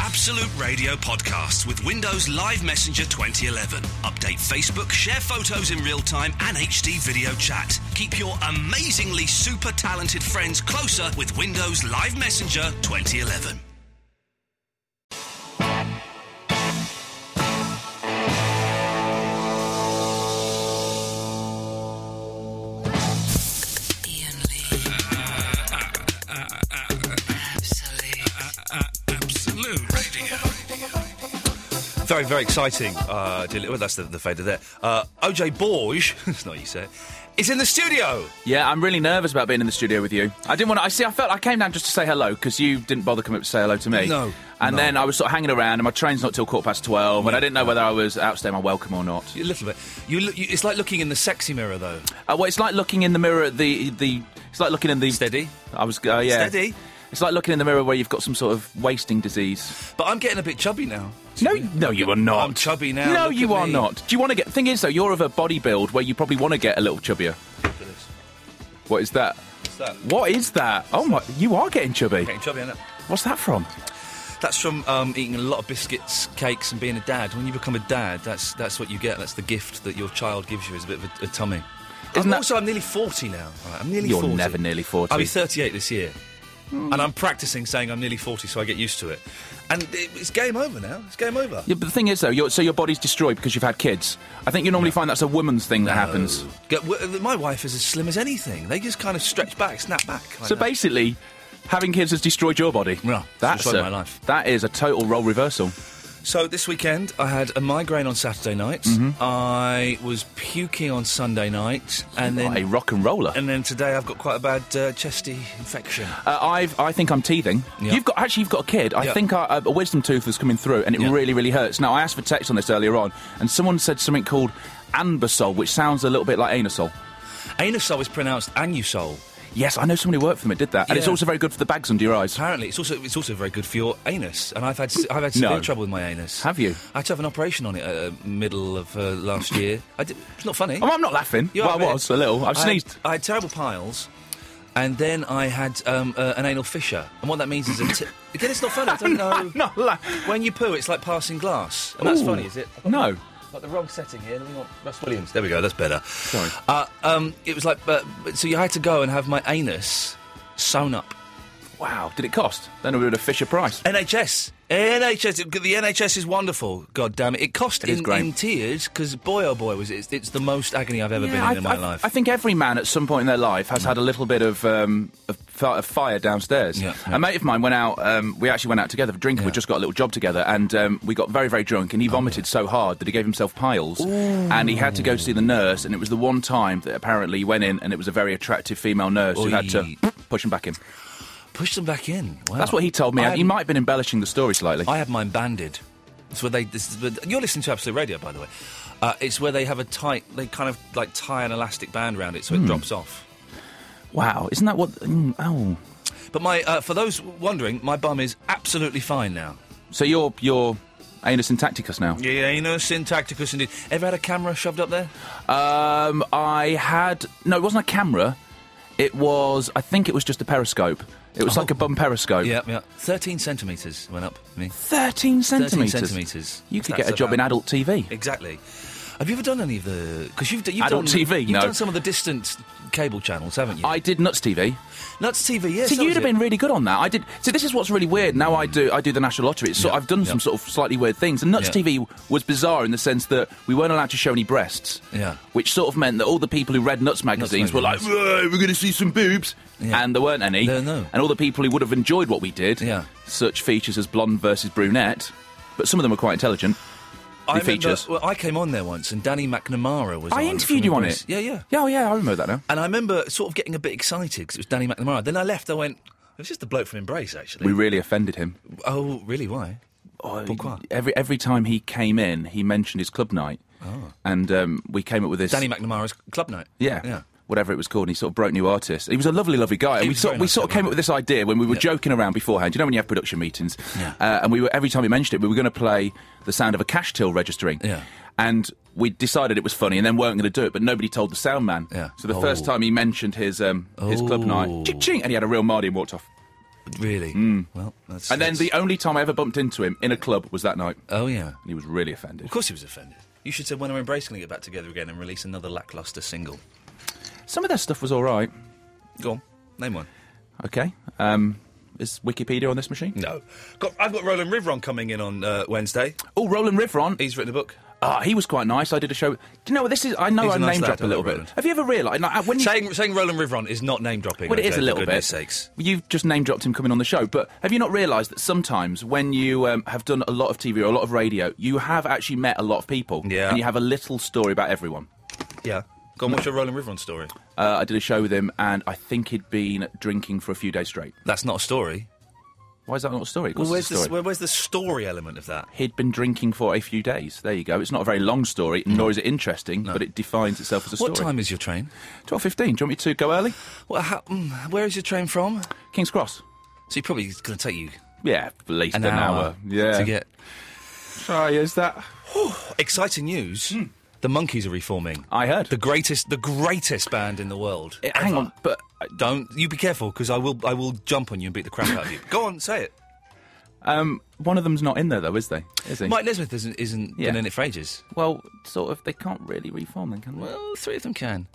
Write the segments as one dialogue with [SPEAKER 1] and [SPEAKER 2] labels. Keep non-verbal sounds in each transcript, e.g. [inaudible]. [SPEAKER 1] Absolute Radio podcasts with Windows Live Messenger 2011. Update Facebook, share photos in real time, and HD video chat. Keep your amazingly super talented friends closer with Windows Live Messenger 2011.
[SPEAKER 2] Ian Lee. Absolute.
[SPEAKER 3] Absolute Radio.
[SPEAKER 4] Very, very exciting. Uh, dear li- well, that's the, the fader there. Uh, OJ Borge, [laughs] that's not how you say it, is in the studio.
[SPEAKER 5] Yeah, I'm really nervous about being in the studio with you. I didn't want to. I see. I felt I came down just to say hello because you didn't bother coming up to say hello to me.
[SPEAKER 4] No,
[SPEAKER 5] And
[SPEAKER 4] no.
[SPEAKER 5] then I was sort of hanging around, and my train's not till quarter past twelve, and I didn't know whether I was outstaying my welcome or not.
[SPEAKER 4] A little bit. You, look, you, it's like looking in the sexy mirror, though.
[SPEAKER 5] Uh, well, it's like looking in the mirror at the the. It's like looking in the
[SPEAKER 4] Steady.
[SPEAKER 5] I was. Uh, yeah.
[SPEAKER 4] Steady.
[SPEAKER 5] It's like looking in the mirror where you've got some sort of wasting disease.
[SPEAKER 4] But I'm getting a bit chubby now.
[SPEAKER 5] No, no, you are not.
[SPEAKER 4] I'm chubby now,
[SPEAKER 5] No,
[SPEAKER 4] look
[SPEAKER 5] you
[SPEAKER 4] at
[SPEAKER 5] are
[SPEAKER 4] me.
[SPEAKER 5] not. Do you want to get? Thing is, though, you're of a body build where you probably want to get a little chubbier. What is that?
[SPEAKER 4] that?
[SPEAKER 5] What is that? Oh my! You are getting chubby.
[SPEAKER 4] Getting chubby, is
[SPEAKER 5] What's that from?
[SPEAKER 4] That's from um, eating a lot of biscuits, cakes, and being a dad. When you become a dad, that's that's what you get. That's the gift that your child gives you is a bit of a, a tummy.
[SPEAKER 5] Isn't
[SPEAKER 4] I'm
[SPEAKER 5] that-
[SPEAKER 4] Also, I'm nearly 40 now. All right, I'm nearly
[SPEAKER 5] You're
[SPEAKER 4] 40.
[SPEAKER 5] never nearly Hmm. 40.
[SPEAKER 4] I'll be 38 this year. And I'm practicing saying I'm nearly 40 so I get used to it. And it, it's game over now. It's game over.
[SPEAKER 5] Yeah, but the thing is, though, your so your body's destroyed because you've had kids. I think you normally find that's a woman's thing that happens.
[SPEAKER 4] Get- w- uh, My wife is as slim as anything. They just kind of stretch back, snap back. like
[SPEAKER 5] So
[SPEAKER 4] that.
[SPEAKER 5] basically, having kids has destroyed your body.
[SPEAKER 4] Yeah, it's
[SPEAKER 5] that's
[SPEAKER 4] destroyed
[SPEAKER 5] a-
[SPEAKER 4] my life.
[SPEAKER 5] That is a total role reversal.
[SPEAKER 4] So this weekend, I had a migraine on Saturday night.
[SPEAKER 5] Mm-hmm.
[SPEAKER 4] I was puking on Sunday night, and
[SPEAKER 5] What a
[SPEAKER 4] then
[SPEAKER 5] rock and roller.
[SPEAKER 4] and then today I've got quite a bad uh, chesty infection.
[SPEAKER 5] uh, I've, I think I'm teething.
[SPEAKER 4] Yeah.
[SPEAKER 5] You've got actually you've got a kid. I
[SPEAKER 4] Yeah.
[SPEAKER 5] think I, uh, a wisdom tooth was coming through, and it
[SPEAKER 4] Yeah.
[SPEAKER 5] really really hurts. Now I asked for text on this earlier on, and someone said something called ambisol, which sounds a little bit like anusol.
[SPEAKER 4] Anusol is pronounced anusol.
[SPEAKER 5] Yes, I know someone who worked for them. It did that, and it's
[SPEAKER 4] Yeah.
[SPEAKER 5] also very good for the bags under your eyes.
[SPEAKER 4] Apparently, it's also it's also very good for your anus. And I've had se- I've had severe
[SPEAKER 5] No.
[SPEAKER 4] trouble with my anus.
[SPEAKER 5] Have you?
[SPEAKER 4] I had to have an operation on it uh, middle of uh,
[SPEAKER 5] [laughs]
[SPEAKER 4] last year. I did, it's not funny.
[SPEAKER 5] Oh, I'm not laughing.
[SPEAKER 4] You
[SPEAKER 5] well, I
[SPEAKER 4] are a bit.
[SPEAKER 5] was a little. I've
[SPEAKER 4] I had-
[SPEAKER 5] sneezed.
[SPEAKER 4] I had terrible piles, and then I had um, uh, an anal fissure. And what that means is, a t- again, it's not
[SPEAKER 5] [laughs]
[SPEAKER 4] funny. I don't know.
[SPEAKER 5] not la-
[SPEAKER 4] When you [laughs] poo, it's like passing glass, and that's
[SPEAKER 5] Ooh.
[SPEAKER 4] funny, is it? I've got
[SPEAKER 5] No.
[SPEAKER 4] the- Got the wrong setting here. Let me want Russ Williams. There we go. That's better.
[SPEAKER 5] Sorry.
[SPEAKER 4] Uh, um, it was like, uh, so you had to go and have my anus sewn up.
[SPEAKER 5] Wow, did it cost? Then we would have Fisher Price.
[SPEAKER 4] NHS. NHS, it- the NHS is wonderful. God damn it! It cost
[SPEAKER 5] is
[SPEAKER 4] in,
[SPEAKER 5] great.
[SPEAKER 4] in tears because boy oh boy was it, it's, it's the most agony I've ever been in
[SPEAKER 5] I,
[SPEAKER 4] in my
[SPEAKER 5] I-
[SPEAKER 4] life.
[SPEAKER 5] I think every man at some point in their life has had a little bit of, um, of, fi- of fire downstairs.
[SPEAKER 4] Yeah, yeah.
[SPEAKER 5] A mate of mine went out, um, we actually went out together for drinking, we
[SPEAKER 4] Yeah. Oh,
[SPEAKER 5] just got a little job together, and um, we got very, very drunk, and he vomited so hard that he gave himself piles, and he had to go to see the nurse, and it was the one time that apparently he went in, and it was a very attractive female nurse who had to
[SPEAKER 4] Oi.
[SPEAKER 5] push him back in.
[SPEAKER 4] Push them back in. Wow.
[SPEAKER 5] That's what he told me.
[SPEAKER 4] I
[SPEAKER 5] He might have been embellishing the story slightly.
[SPEAKER 4] I have mine banded. It's where they. This, is- but you're listening to Absolute Radio, by the way. Uh, it's where they have a tight. They kind of like tie an elastic band around it so
[SPEAKER 5] Hmm.
[SPEAKER 4] it drops off.
[SPEAKER 5] wow, isn't that what... mm, oh.
[SPEAKER 4] But my, uh, for those wondering, my bum is absolutely fine now.
[SPEAKER 5] So you're, you're Anus Syntacticus now?
[SPEAKER 4] Yeah, you know, syntacticus indeed. Ever had a camera shoved up there?
[SPEAKER 5] Um, I had no, it wasn't a camera. It was, I think it was just a periscope. It was like a bum periscope.
[SPEAKER 4] Yeah, yeah. Thirteen centimeters went up me.
[SPEAKER 5] thirteen centimeters.
[SPEAKER 4] centimetres.
[SPEAKER 5] You could
[SPEAKER 4] That's
[SPEAKER 5] get a job in
[SPEAKER 4] about-
[SPEAKER 5] adult TV.
[SPEAKER 4] Exactly. Have you ever done any of the? Because you've, d- you've
[SPEAKER 5] Adult
[SPEAKER 4] done
[SPEAKER 5] TV,
[SPEAKER 4] You've
[SPEAKER 5] no.
[SPEAKER 4] done some of the distant cable channels, haven't you?
[SPEAKER 5] I did nuts TV.
[SPEAKER 4] Nuts TV. Yes.
[SPEAKER 5] So
[SPEAKER 4] that
[SPEAKER 5] you'd
[SPEAKER 4] was
[SPEAKER 5] have
[SPEAKER 4] it.
[SPEAKER 5] been really good on that. I did. So this is what's really weird. Now I do. I do the national lottery. It's sort
[SPEAKER 4] Yeah,
[SPEAKER 5] I've done some
[SPEAKER 4] yeah.
[SPEAKER 5] sort of slightly weird things. And nuts
[SPEAKER 4] Yeah.
[SPEAKER 5] TV was bizarre in the sense that we weren't allowed to show any breasts.
[SPEAKER 4] Yeah.
[SPEAKER 5] Which sort of meant that all the people who read nuts magazines were like,
[SPEAKER 4] magazines.
[SPEAKER 5] "Right, "We're going to see some boobs,"
[SPEAKER 4] Yeah.
[SPEAKER 5] and there weren't any.
[SPEAKER 4] No, no.
[SPEAKER 5] And all the people who would have enjoyed what we did,
[SPEAKER 4] Yeah.
[SPEAKER 5] such features as blonde versus brunette, but some of them were quite intelligent.
[SPEAKER 4] I
[SPEAKER 5] the features.
[SPEAKER 4] Well, I came on there once, and Danny McNamara was.
[SPEAKER 5] I
[SPEAKER 4] on
[SPEAKER 5] interviewed
[SPEAKER 4] from
[SPEAKER 5] you on
[SPEAKER 4] Greece.
[SPEAKER 5] it.
[SPEAKER 4] Yeah, yeah.
[SPEAKER 5] Yeah, oh, yeah, I remember that now.
[SPEAKER 4] And I remember sort of getting a bit excited because it was Danny McNamara. Then I left. I went. It was just the bloke from Embrace, actually.
[SPEAKER 5] We really offended him.
[SPEAKER 4] oh, really? Why?
[SPEAKER 5] Oh,
[SPEAKER 4] Pourquoi?
[SPEAKER 5] Every every time he came
[SPEAKER 4] Uh.
[SPEAKER 5] in, he mentioned his club night, and um, we came up with this.
[SPEAKER 4] Danny Ah. McNamara's club night.
[SPEAKER 5] Yeah.
[SPEAKER 4] Yeah.
[SPEAKER 5] whatever it was called, and he sort of broke new artists. He was a lovely, lovely guy. And we
[SPEAKER 4] was
[SPEAKER 5] sort,
[SPEAKER 4] very
[SPEAKER 5] we
[SPEAKER 4] nice
[SPEAKER 5] sort of
[SPEAKER 4] guy,
[SPEAKER 5] came up with this idea when we were joking around beforehand. You know when you have production meetings, uh, and we were every time we mentioned it, we were going to play the sound of a cash till registering.
[SPEAKER 4] Yeah.
[SPEAKER 5] And we decided it was funny, and then weren't going to do it. But nobody told the sound man.
[SPEAKER 4] Yeah.
[SPEAKER 5] So the first
[SPEAKER 4] Oh.
[SPEAKER 5] time he mentioned his um, his club
[SPEAKER 4] Oh.
[SPEAKER 5] night, ching, and he had a real Mardy and walked off.
[SPEAKER 4] Really? Well, that's.
[SPEAKER 5] Hmm. And then
[SPEAKER 4] that's-
[SPEAKER 5] the only time I ever bumped into him in a club was that night, and
[SPEAKER 4] Oh, yeah.
[SPEAKER 5] he was really offended.
[SPEAKER 4] Of course he was offended. You should say, when are Embrace going to get back together again and release another lackluster single?
[SPEAKER 5] Some of their stuff was all right.
[SPEAKER 4] Go on, name one.
[SPEAKER 5] Okay. Um, is Wikipedia on this machine?
[SPEAKER 4] No. Got, I've got Roland Rivron coming in on uh, Wednesday.
[SPEAKER 5] Oh, Roland Rivron.
[SPEAKER 4] He's written a book.
[SPEAKER 5] Ah, he was quite nice. I did a show. Do you know what this is? I know
[SPEAKER 4] He's
[SPEAKER 5] I
[SPEAKER 4] a nice
[SPEAKER 5] name
[SPEAKER 4] lad,
[SPEAKER 5] dropped
[SPEAKER 4] I
[SPEAKER 5] a little
[SPEAKER 4] like
[SPEAKER 5] bit.
[SPEAKER 4] Roland.
[SPEAKER 5] Have you ever realised? Like, uh, when you,
[SPEAKER 4] Saying, saying Roland Rivron is not name dropping.
[SPEAKER 5] well, it is
[SPEAKER 4] Jay,
[SPEAKER 5] a little
[SPEAKER 4] for
[SPEAKER 5] bit.
[SPEAKER 4] goodness sakes.
[SPEAKER 5] You've just name dropped him coming on the show, but have you not realised that sometimes when you um, have done a lot of TV or a lot of radio, you have actually met a lot of people,
[SPEAKER 4] Yeah.
[SPEAKER 5] and you have a little story about everyone.
[SPEAKER 4] Yeah. Go on, what's your Roland Rivron story?
[SPEAKER 5] Uh, I did a show with him, and I think he'd been drinking for a few days straight.
[SPEAKER 4] That's not a story.
[SPEAKER 5] Why is that not a story? Of course
[SPEAKER 4] Well, where's,
[SPEAKER 5] it's a
[SPEAKER 4] the,
[SPEAKER 5] story.
[SPEAKER 4] where, where's the story element of that?
[SPEAKER 5] He'd been drinking for a few days. There you go. It's not a very long story, nor is it interesting, but it defines itself as a
[SPEAKER 4] Mm. What
[SPEAKER 5] story.
[SPEAKER 4] time is your train?
[SPEAKER 5] Twelve fifteen. Do you want me to go early?
[SPEAKER 4] Well, how, mm, where is your train from?
[SPEAKER 5] King's Cross.
[SPEAKER 4] So you probably it's going to take you
[SPEAKER 5] Yeah, at least
[SPEAKER 4] an,
[SPEAKER 5] an, hour. Yeah.
[SPEAKER 4] to get.
[SPEAKER 5] Try is that? Hmm.
[SPEAKER 4] Exciting news: the Monkeys are reforming.
[SPEAKER 5] I heard.
[SPEAKER 4] the greatest, the greatest band in the world.
[SPEAKER 5] Eh, hang
[SPEAKER 4] ever.
[SPEAKER 5] on, but uh,
[SPEAKER 4] Don't you be careful because I will. I will jump on you and beat the crap out of you. Go on, say it.
[SPEAKER 5] um, one of them's not in there though, is they? [laughs] Is he?
[SPEAKER 4] Mike Nesmith isn't, isn't
[SPEAKER 5] Yeah.
[SPEAKER 4] been in it for ages.
[SPEAKER 5] well, sort of. They can't really reform, then, can they?
[SPEAKER 4] Well, three of them can.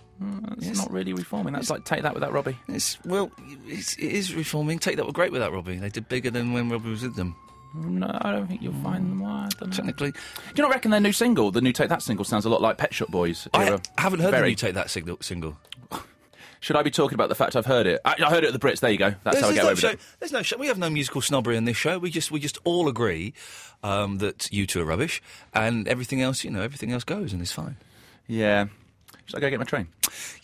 [SPEAKER 5] it's
[SPEAKER 4] yes.
[SPEAKER 5] not really reforming. That's like take that with that, Robbie.
[SPEAKER 4] It's well, it's, it is reforming. Take that were great without Robbie. They did bigger than when Robbie was with them.
[SPEAKER 5] Mm, No, I don't think you'll find them. Why? I don't know.
[SPEAKER 4] Technically,
[SPEAKER 5] Do you not reckon their new single, the new Take That single, sounds a lot like Pet Shop Boys?
[SPEAKER 4] I
[SPEAKER 5] era?
[SPEAKER 4] haven't heard
[SPEAKER 5] Very.
[SPEAKER 4] them. You take that signal, single.
[SPEAKER 5] [laughs] Should I be talking about the fact I've heard it? I, I heard it at the Brits. There you go. That's how I
[SPEAKER 4] there's
[SPEAKER 5] get
[SPEAKER 4] no
[SPEAKER 5] away with
[SPEAKER 4] show,
[SPEAKER 5] it.
[SPEAKER 4] There's no show. We have no musical snobbery in this show. We just we just all agree um, that you two are rubbish, and everything else, you know, everything else goes and is fine.
[SPEAKER 5] Yeah. Should I go get my train?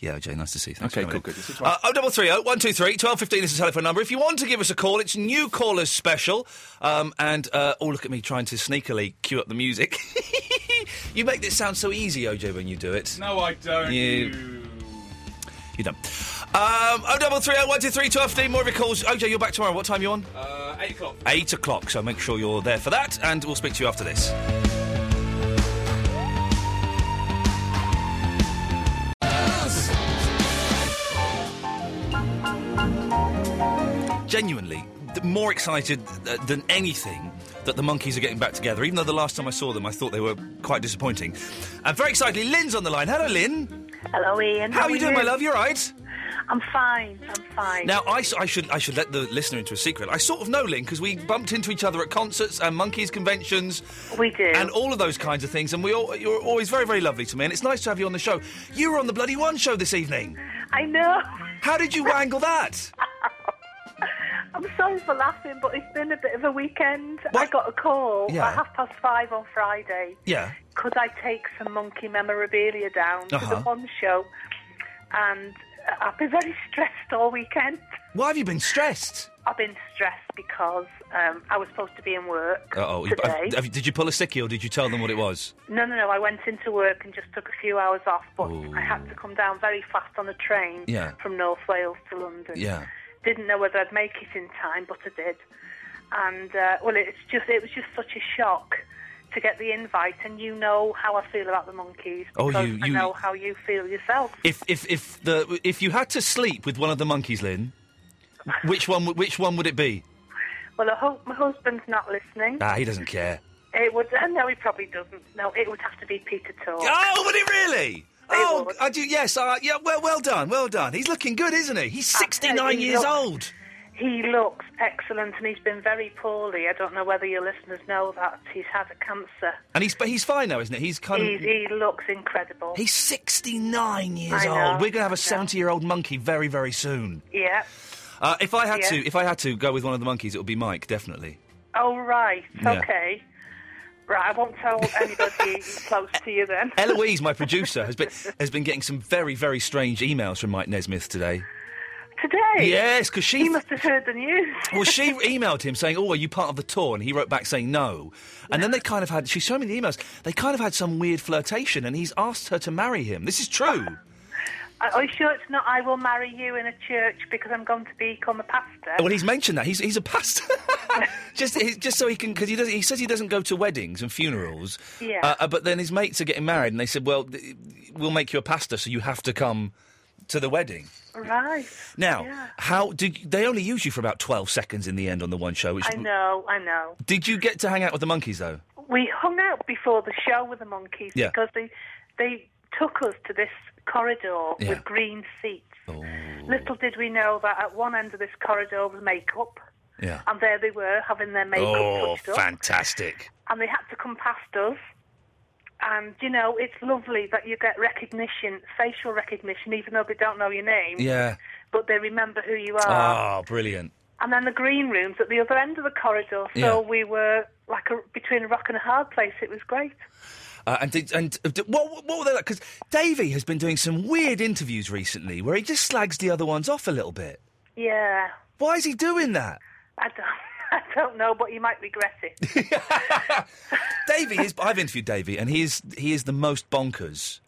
[SPEAKER 4] Yeah, Jay, nice to see you. Thanks
[SPEAKER 5] Okay,
[SPEAKER 4] for coming
[SPEAKER 5] cool,
[SPEAKER 4] in.
[SPEAKER 5] good. This is
[SPEAKER 4] Uh, 0330 123 1215 is the telephone number. If you want to give us a call, it's new callers special. Um, and, uh, oh, look at me trying to sneakily cue up the music. [laughs] you make this sound so easy, OJ, when you do it.
[SPEAKER 5] No, I don't.
[SPEAKER 4] Uh, You- You don't. Um, 0330 123 1215, more of your calls. OJ, you're back tomorrow. What time are you on?
[SPEAKER 5] Uh, eight o'clock.
[SPEAKER 4] 8 o'clock, so make sure you're there for that, and we'll speak to you after this. Genuinely, th- more excited th- than anything that the monkeys are getting back together, even though the last time I saw them I thought they were quite disappointing. And very excitedly, Lynn's on the line. Hello, Lynn.
[SPEAKER 6] Hello, Ian.
[SPEAKER 4] How, are you doing, my love? You're right.
[SPEAKER 6] I'm fine. I'm fine.
[SPEAKER 4] Now, I, s- I should I should let the listener into a secret. I sort of know Lynn because we bumped into each other at concerts and monkeys conventions.
[SPEAKER 6] We do.
[SPEAKER 4] And all of those kinds of things. And we all, you're always very, very lovely to me. And it's nice to have you on the show. You were on the Bloody One show this evening.
[SPEAKER 6] I know.
[SPEAKER 4] How did
[SPEAKER 6] [laughs]
[SPEAKER 4] you wangle that?
[SPEAKER 6] I'm sorry for laughing, but it's been a bit of a weekend. I
[SPEAKER 4] What?
[SPEAKER 6] got a call
[SPEAKER 4] Yeah.
[SPEAKER 6] at half past five on Friday.
[SPEAKER 4] Yeah.
[SPEAKER 6] Could I take some monkey memorabilia down to
[SPEAKER 4] Uh-huh.
[SPEAKER 6] the one show? And uh, I've been very [laughs] stressed all weekend.
[SPEAKER 4] Why have you been stressed?
[SPEAKER 6] I've been stressed because um, I was supposed to be in work
[SPEAKER 4] Uh oh.
[SPEAKER 6] today.
[SPEAKER 4] Did you pull a sickie or did you tell them what it was?
[SPEAKER 6] No, no, no. I went into work and just took a few hours off, but I had to come down very fast on a train
[SPEAKER 4] Yeah.
[SPEAKER 6] from North Wales to London.
[SPEAKER 4] Yeah.
[SPEAKER 6] Didn't know whether I'd make it in time, but I did. And uh, well, it's just it was just such a shock to get the invite, and you know how I feel about the monkeys.
[SPEAKER 4] Oh,
[SPEAKER 6] because
[SPEAKER 4] you-
[SPEAKER 6] I
[SPEAKER 4] you-
[SPEAKER 6] know how you feel yourself.
[SPEAKER 4] If, if, if, the, if you had to sleep with one of the monkeys, Lynn, which one, would- which one would it be?
[SPEAKER 6] [laughs] Well, I hope my husband's not listening.
[SPEAKER 4] Ah, he doesn't care.
[SPEAKER 6] It would. [laughs] Uh, no, he probably doesn't. No, it would have to be Peter Talk.
[SPEAKER 4] Oh, would it really? Oh,
[SPEAKER 6] would.
[SPEAKER 4] I do. Yes, I, yeah. Well, well done, well done. He's looking good, isn't he? He's sixty-nine
[SPEAKER 6] Absolutely.
[SPEAKER 4] years
[SPEAKER 6] Look-
[SPEAKER 4] old.
[SPEAKER 6] He looks excellent and he's been very poorly. I don't know whether your listeners know that. He's had a cancer.
[SPEAKER 4] And he's but he's fine now, isn't he? He's kind
[SPEAKER 6] He,
[SPEAKER 4] of
[SPEAKER 6] he looks incredible.
[SPEAKER 4] he's sixty-nine years
[SPEAKER 6] I know,
[SPEAKER 4] old. We're gonna have
[SPEAKER 6] I know.
[SPEAKER 4] a seventy-year-old monkey very, very soon.
[SPEAKER 6] yeah.
[SPEAKER 4] Uh, if I had
[SPEAKER 6] Yeah.
[SPEAKER 4] to, if I had to go with one of the monkeys, it would be Mike, definitely.
[SPEAKER 6] Oh, right.
[SPEAKER 4] Yeah.
[SPEAKER 6] Okay. Right, I won't tell
[SPEAKER 4] [laughs]
[SPEAKER 6] anybody close to you then.
[SPEAKER 4] Eloise, my producer, has been has been getting some very, very strange emails from Mike Nesmith today.
[SPEAKER 6] Today?
[SPEAKER 4] Yes, because she
[SPEAKER 6] He must have heard the news.
[SPEAKER 4] Well,
[SPEAKER 6] [laughs]
[SPEAKER 4] she emailed him saying, "Oh, are you part of the tour?" And he wrote back saying, "No." And then they kind of had. She showed me the emails. They kind of had some weird flirtation, and he's asked her to marry him. This is true.
[SPEAKER 6] Are you sure it's not I will marry you in a church because I'm going to become a pastor?
[SPEAKER 4] Well, he's mentioned that he's he's a pastor, [laughs] just he, just so he can because he does he says he doesn't go to weddings and funerals.
[SPEAKER 6] Yeah.
[SPEAKER 4] Uh, uh, but then his mates are getting married, and they said, "Well, th- we'll make you a pastor, so you have to come to the wedding."
[SPEAKER 6] Right.
[SPEAKER 4] Now,
[SPEAKER 6] Yeah.
[SPEAKER 4] how did they only use you for about twelve seconds in the end on the one show? Which
[SPEAKER 6] I know, I know.
[SPEAKER 4] did you get to hang out with the monkeys though?
[SPEAKER 6] We hung out before the show with the monkeys
[SPEAKER 4] Yeah.
[SPEAKER 6] because they they took us to this corridor
[SPEAKER 4] Yeah. Oh.
[SPEAKER 6] with green seats. Little did we know that at one end of this corridor was makeup,
[SPEAKER 4] Yeah.
[SPEAKER 6] and there they were having their makeup
[SPEAKER 4] Oh,
[SPEAKER 6] touched up,
[SPEAKER 4] fantastic!
[SPEAKER 6] and they had to come past us. And you know, it's lovely that you get recognition, facial recognition, even though they don't know your name,
[SPEAKER 4] Yeah.
[SPEAKER 6] but they remember who you are.
[SPEAKER 4] Oh, brilliant.
[SPEAKER 6] And then the green rooms at the other end of the corridor,
[SPEAKER 4] Yeah.
[SPEAKER 6] so we were like a, between a rock and a hard place. It was great.
[SPEAKER 4] Uh, and did, and uh, d- what what were they like? Because Davey has been doing some weird interviews recently where he just slags the other ones off a little bit.
[SPEAKER 6] Yeah,
[SPEAKER 4] Why is he doing that?
[SPEAKER 6] I don't, [laughs] I don't know, but you might regret
[SPEAKER 4] [laughs]
[SPEAKER 6] it.
[SPEAKER 4] Davey is. I've interviewed Davey, and he is he is the most bonkers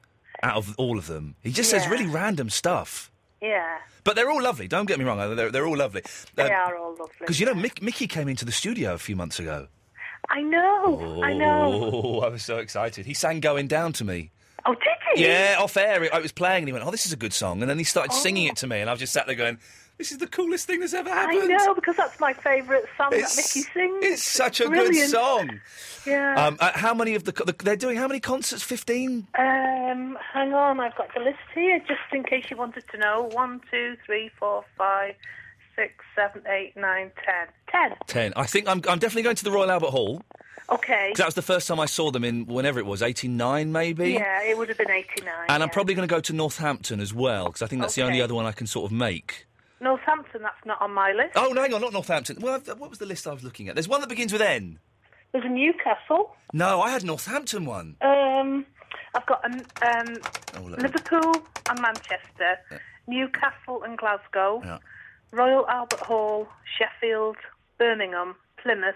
[SPEAKER 4] out of all of them. He just says
[SPEAKER 6] Yeah.
[SPEAKER 4] really random stuff,
[SPEAKER 6] Yeah,
[SPEAKER 4] but they're all lovely. Don't get me wrong, uh, they're they're all lovely.
[SPEAKER 6] they are all lovely.
[SPEAKER 4] Because you know, Mick, Mickey came into the studio a few months ago.
[SPEAKER 6] I know, I know.
[SPEAKER 4] Oh, [laughs] I was so excited. He sang "Going Down" to me.
[SPEAKER 6] Oh, did he?
[SPEAKER 4] Yeah, off air. It, I was playing, and he went, "Oh, this is a good song," and then he
[SPEAKER 6] Oh.
[SPEAKER 4] started singing it to me, and I was just sat there going, "This is the coolest thing that's ever
[SPEAKER 6] I
[SPEAKER 4] happened."
[SPEAKER 6] know because that's my favourite song that Mickey sings.
[SPEAKER 4] It's such a good
[SPEAKER 6] brilliant.
[SPEAKER 4] song.
[SPEAKER 6] Yeah.
[SPEAKER 4] Um, uh, how many of the, co- the they're doing? How many concerts? Fifteen.
[SPEAKER 6] Um, hang on, I've got the list here just in case you wanted to know. One, two, three, four, five, six, seven, eight, nine, ten. Ten.
[SPEAKER 4] Ten. I think I'm, I'm definitely going to the Royal Albert Hall.
[SPEAKER 6] Okay.
[SPEAKER 4] 'Cause That was the first time I saw them in whenever it was, 89 maybe?
[SPEAKER 6] Yeah, it would have been 89.
[SPEAKER 4] And I'm
[SPEAKER 6] yeah.
[SPEAKER 4] probably going to go to Northampton as well, because I think that's the only
[SPEAKER 6] Okay.
[SPEAKER 4] other one I can sort of make.
[SPEAKER 6] Northampton, that's not on my list.
[SPEAKER 4] Oh, no, hang on, not Northampton. Well, I've- what was the list I was looking at? There's one that begins with N.
[SPEAKER 6] There's a Newcastle.
[SPEAKER 4] No, I had Northampton one.
[SPEAKER 6] Um, I've got um, um,
[SPEAKER 4] Oh, look.
[SPEAKER 6] Liverpool and Manchester, Newcastle and Glasgow,
[SPEAKER 4] Yeah.
[SPEAKER 6] Royal Albert Hall, Sheffield, Birmingham, Plymouth,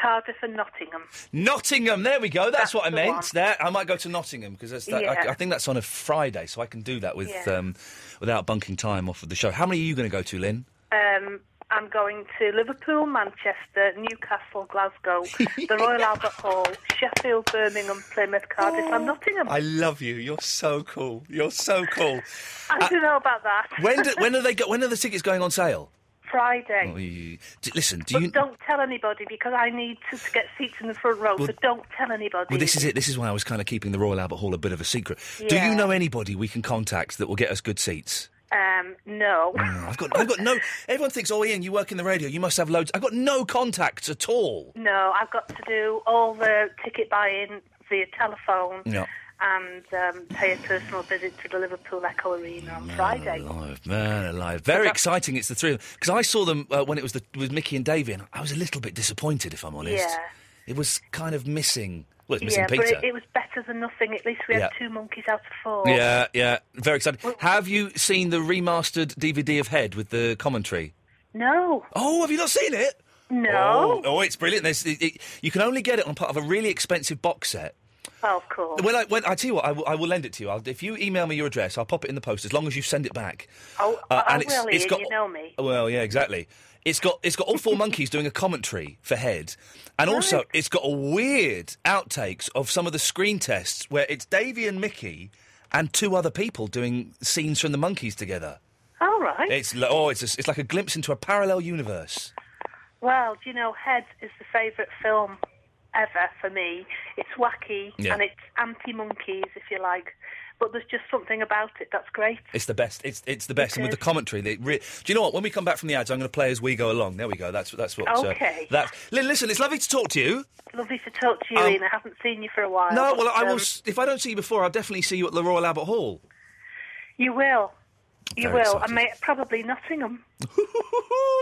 [SPEAKER 6] Cardiff and Nottingham.
[SPEAKER 4] Nottingham, there we go. That's,
[SPEAKER 6] That's
[SPEAKER 4] what I
[SPEAKER 6] the
[SPEAKER 4] meant.
[SPEAKER 6] one.
[SPEAKER 4] There, I might go to Nottingham because that's that,
[SPEAKER 6] Yeah.
[SPEAKER 4] I, I think that's on a Friday, so I can do that with
[SPEAKER 6] Yeah.
[SPEAKER 4] um, without bunking time off of the show. How many are you going to go to, Lynn?
[SPEAKER 6] Um, I'm going to Liverpool, Manchester, Newcastle,
[SPEAKER 4] [laughs]
[SPEAKER 6] Glasgow, the Royal Albert Hall, Sheffield, Birmingham, Plymouth, Cardiff,
[SPEAKER 4] Oh.
[SPEAKER 6] and Nottingham.
[SPEAKER 4] I
[SPEAKER 6] I,
[SPEAKER 4] love you. You're so cool. You're so cool.
[SPEAKER 6] don't know about that.
[SPEAKER 4] when do,
[SPEAKER 6] [laughs]
[SPEAKER 4] when are they go, when are the tickets going on sale?
[SPEAKER 6] Friday.
[SPEAKER 4] Oh, you- you- d- Listen, do
[SPEAKER 6] but
[SPEAKER 4] you?
[SPEAKER 6] don't tell anybody because I need to, to get seats in the front row, so don't tell anybody.
[SPEAKER 4] Well, this is it. This is why I was kind of keeping the Royal Albert Hall a bit of a secret. Do
[SPEAKER 6] Yeah.
[SPEAKER 4] you know anybody we can contact that will get us good seats?
[SPEAKER 6] Um, no.
[SPEAKER 4] Oh, [clears throat] I've got, I've got no. Everyone thinks, oh, Ian, you work in the radio, you must have loads. I've got no contacts at all.
[SPEAKER 6] No, I've got to do all the ticket buying via telephone
[SPEAKER 4] Yeah.
[SPEAKER 6] and um, pay a personal visit to the Liverpool Echo Arena on Friday.
[SPEAKER 4] Alive, man, alive. Very exciting. It's the three of them because I saw them uh, when it was the with Mickey and Davey, and I was a little bit disappointed, if I'm honest.
[SPEAKER 6] Yeah.
[SPEAKER 4] It was kind of missing. Well, it's missing
[SPEAKER 6] Yeah,
[SPEAKER 4] Peter.
[SPEAKER 6] but it, it was better than nothing. At least we had
[SPEAKER 4] Yeah.
[SPEAKER 6] two monkeys out of four.
[SPEAKER 4] Yeah, yeah, very exciting. Have you seen the remastered DVD of Head with the commentary?
[SPEAKER 6] No,
[SPEAKER 4] Oh, have you not seen it? Oh,
[SPEAKER 6] no.
[SPEAKER 4] oh it's brilliant. There's, it, it, you can only get it on part of a really expensive box set.
[SPEAKER 6] Oh, of course.
[SPEAKER 4] When I, when, I tell you what, I will, I will lend it to you. I'll, if you email me your address, I'll pop it in the post as long as you send it back.
[SPEAKER 6] Oh, I will,
[SPEAKER 4] uh, it's
[SPEAKER 6] Ian, you know me.
[SPEAKER 4] Well, yeah, exactly. It's got it's got all four monkeys doing a commentary for Head, and also
[SPEAKER 6] Right.
[SPEAKER 4] it's got a weird outtakes of some of the screen tests where it's Davy and Mickey and two other people doing scenes from the monkeys together.
[SPEAKER 6] All right.
[SPEAKER 4] It's li- oh, it's a, it's like a glimpse into a parallel universe.
[SPEAKER 6] Well, do you know, Head is the favourite film ever for me. It's wacky
[SPEAKER 4] Yeah.
[SPEAKER 6] and it's anti-monkeys, if you like. But there's just something about it that's great.
[SPEAKER 4] It's the best. It's it's the best. And with
[SPEAKER 6] is.
[SPEAKER 4] the commentary, they re- do you know what? When we come back from the ads, I'm going to play as we go along. There we go. That's that's what. uh,
[SPEAKER 6] Okay.
[SPEAKER 4] that's Lynn, listen. It's lovely to talk to you.
[SPEAKER 6] Lovely to talk to you,
[SPEAKER 4] Um,
[SPEAKER 6] Ian. I haven't seen you for a while.
[SPEAKER 4] No, well,
[SPEAKER 6] but,
[SPEAKER 4] I will.
[SPEAKER 6] um,
[SPEAKER 4] s- If I don't see you before, I'll definitely see you at the Royal Albert Hall.
[SPEAKER 6] You will. You
[SPEAKER 4] Very
[SPEAKER 6] will.
[SPEAKER 4] excited.
[SPEAKER 6] And may, probably Nottingham.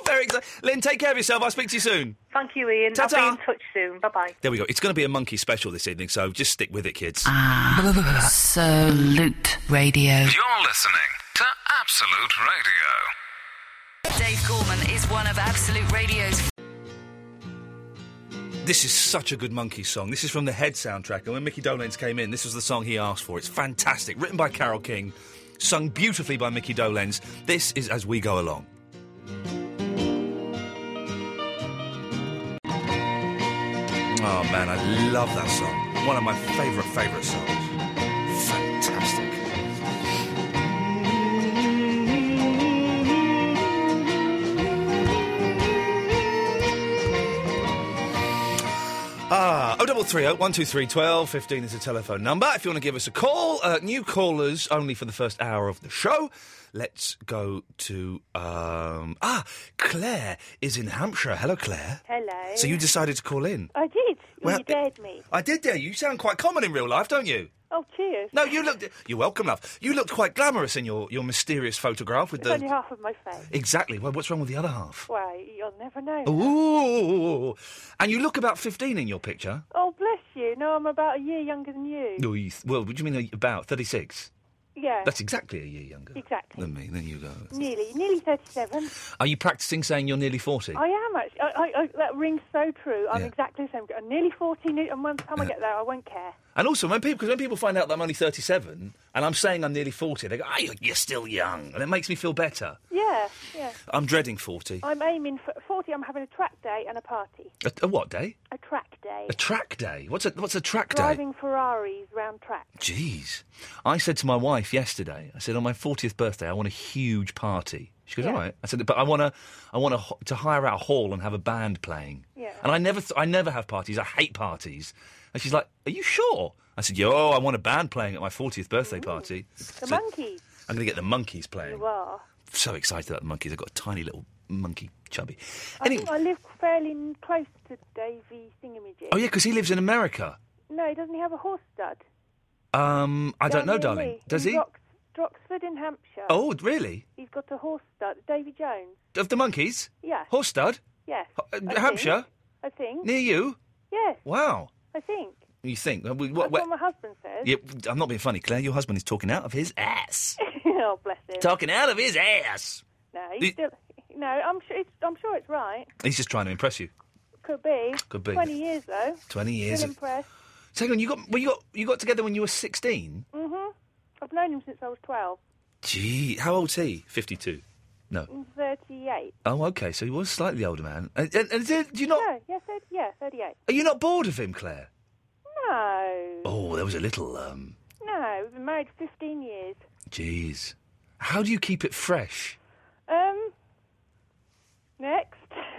[SPEAKER 4] Very exciting. Lynn, take care of yourself. I'll speak to you soon.
[SPEAKER 6] Thank you, Ian. I'll
[SPEAKER 4] Ta-ta.
[SPEAKER 6] be in touch soon. Bye bye.
[SPEAKER 4] There we go. It's going to be a monkey special this evening, so just stick with it, kids.
[SPEAKER 2] Ah. Absolute Radio.
[SPEAKER 3] You're listening to Absolute Radio.
[SPEAKER 2] Dave Gorman is one of Absolute Radio's
[SPEAKER 4] This is such a good monkey song. This is from the Head soundtrack, and when Mickey Dolenz came in, this was the song he asked for. It's fantastic, written by Carol King, sung beautifully by Mickey Dolenz. This is As We Go Along. Oh man, I love that song. One of my favourite, favourite songs. Fantastic. Ah, 0330 123 12 15 is the telephone number. If you want to give us a call, uh, new callers only for the first hour of the show. Let's go to. Um, ah, Claire is in Hampshire. Hello, Claire.
[SPEAKER 7] Hello.
[SPEAKER 4] So you decided to call in?
[SPEAKER 7] I did.
[SPEAKER 4] Well,
[SPEAKER 7] you dared me.
[SPEAKER 4] I did dare you. You sound quite common in real life, don't you?
[SPEAKER 7] Oh, cheers.
[SPEAKER 4] No, you looked. You're welcome, love. You looked quite glamorous in your, your mysterious photograph with
[SPEAKER 7] It's only
[SPEAKER 4] the.
[SPEAKER 7] half of my face.
[SPEAKER 4] Exactly. Well, what's wrong with the other half?
[SPEAKER 7] Why, you'll never know.
[SPEAKER 4] Ooh. And you look about 15 in your picture.
[SPEAKER 7] Oh, bless you. No, I'm about a year younger than you.
[SPEAKER 4] No, you- Well, what do you mean uh, about 36?
[SPEAKER 7] Yeah.
[SPEAKER 4] That's exactly a year younger
[SPEAKER 7] Exactly.
[SPEAKER 4] than me. Then
[SPEAKER 7] [laughs]
[SPEAKER 4] you go.
[SPEAKER 7] Nearly. Nearly 37.
[SPEAKER 4] Are you practicing saying you're nearly 40?
[SPEAKER 7] I am, actually. I, I, I, that rings so true. I'm
[SPEAKER 4] Yeah.
[SPEAKER 7] exactly the same. I'm nearly 40, ne- and by the time I
[SPEAKER 4] Yeah.
[SPEAKER 7] get there, I won't care.
[SPEAKER 4] And also, when people, because when people find out that I'm only 37 and I'm saying I'm nearly 40, they go, ah, you're- you're still young. And it makes me feel better.
[SPEAKER 7] Yeah, yeah.
[SPEAKER 4] I'm dreading 40.
[SPEAKER 7] I'm aiming for 40. I'm having a track day and a party.
[SPEAKER 4] A, a what day?
[SPEAKER 7] A track day.
[SPEAKER 4] A track day. What's a what's a track day?
[SPEAKER 7] Driving Ferraris round track.
[SPEAKER 4] Jeez. I said to my wife yesterday. I said on my 40th birthday, I want a huge party. She goes,
[SPEAKER 7] Yeah.
[SPEAKER 4] all right. I said, but I want to, I want to, to hire out a hall and have a band playing.
[SPEAKER 7] Yeah.
[SPEAKER 4] And I never, th- I never have parties. I hate parties. And she's like, are you sure? I said, yo, I want a band playing at my 40th birthday party.
[SPEAKER 7] The
[SPEAKER 4] So
[SPEAKER 7] monkeys.
[SPEAKER 4] I'm going to get the monkeys playing.
[SPEAKER 7] You are.
[SPEAKER 4] So excited about the monkeys. I've got a tiny little monkey chubby.
[SPEAKER 7] I think I live fairly n- close to Davy Thingamajig.
[SPEAKER 4] Oh yeah, because he lives in America.
[SPEAKER 7] No, doesn't he have a horse stud?
[SPEAKER 4] Um, I don't
[SPEAKER 7] Down
[SPEAKER 4] know,
[SPEAKER 7] near
[SPEAKER 4] darling.
[SPEAKER 7] me,
[SPEAKER 4] Does
[SPEAKER 7] in
[SPEAKER 4] he?
[SPEAKER 7] Drox- Droxford in Hampshire.
[SPEAKER 4] Oh, really?
[SPEAKER 7] He's got a horse stud. Davy Jones.
[SPEAKER 4] Of the monkeys?
[SPEAKER 7] Yeah.
[SPEAKER 4] Horse stud?
[SPEAKER 7] Yes.
[SPEAKER 4] Uh,
[SPEAKER 7] I
[SPEAKER 4] Hampshire?
[SPEAKER 7] think. I think.
[SPEAKER 4] Near you?
[SPEAKER 7] Yes,
[SPEAKER 4] Wow.
[SPEAKER 7] I think.
[SPEAKER 4] You think? uh, we-
[SPEAKER 7] That's
[SPEAKER 4] What,
[SPEAKER 7] what my husband says.
[SPEAKER 4] yeah, I'm not being funny, Claire. Your husband is talking out of his ass.
[SPEAKER 7] [laughs] oh, bless him.
[SPEAKER 4] talking out of his ass.
[SPEAKER 7] no,
[SPEAKER 4] He-
[SPEAKER 7] he's still... No, I'm sure, it's, I'm sure it's right.
[SPEAKER 4] He's just trying to impress you.
[SPEAKER 7] Could be.
[SPEAKER 4] Could be.
[SPEAKER 7] 20 years, though.
[SPEAKER 4] 20 years. [laughs]
[SPEAKER 7] Still impressed.
[SPEAKER 4] So hang on, you got well, you got you got together when you were 16.
[SPEAKER 7] hmm I've known him since I was 12.
[SPEAKER 4] Gee, how old's he? 52. No.
[SPEAKER 7] I'm 38.
[SPEAKER 4] Oh, okay. So he was a slightly older man. And, and, and is there- do you not?
[SPEAKER 7] No, yes, thir- Oh, yeah, 38.
[SPEAKER 4] Are you not bored of him, Claire?
[SPEAKER 7] No,
[SPEAKER 4] Oh, there was a little. um
[SPEAKER 7] no, we've been married 15 years.
[SPEAKER 4] Jeez. How do you keep it fresh?
[SPEAKER 7] Um, next.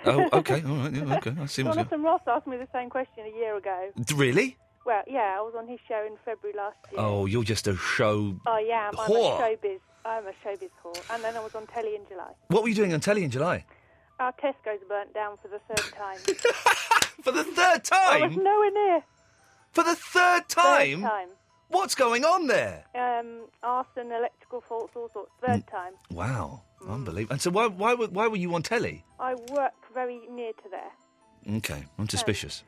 [SPEAKER 4] Oh, okay. All right.
[SPEAKER 7] [laughs]
[SPEAKER 4] Yeah, okay. I see what
[SPEAKER 7] Jonathan Ross asked me the same question a year ago.
[SPEAKER 4] you're. Really?
[SPEAKER 7] Well, yeah, I was on his show in February last year.
[SPEAKER 4] Oh, you're just a show.
[SPEAKER 7] I am. Oh, I'm
[SPEAKER 4] Whore.
[SPEAKER 7] a showbiz. I'm a showbiz whore. And then I was on telly in July.
[SPEAKER 4] What were you doing on telly in July?
[SPEAKER 7] Our Tesco's burnt down for the
[SPEAKER 4] [laughs]
[SPEAKER 7] third time.
[SPEAKER 4] For the third
[SPEAKER 7] I was
[SPEAKER 4] time?
[SPEAKER 7] nowhere near.
[SPEAKER 4] For the third time?
[SPEAKER 7] Third time.
[SPEAKER 4] What's going on there?
[SPEAKER 7] Um, arson, electrical faults, all sorts. Third
[SPEAKER 4] Mm.
[SPEAKER 7] time.
[SPEAKER 4] Wow.
[SPEAKER 7] Hmm.
[SPEAKER 4] Unbelievable. And so why, why, were- why were you on telly?
[SPEAKER 7] I work very near to there.
[SPEAKER 4] Okay. I'm suspicious.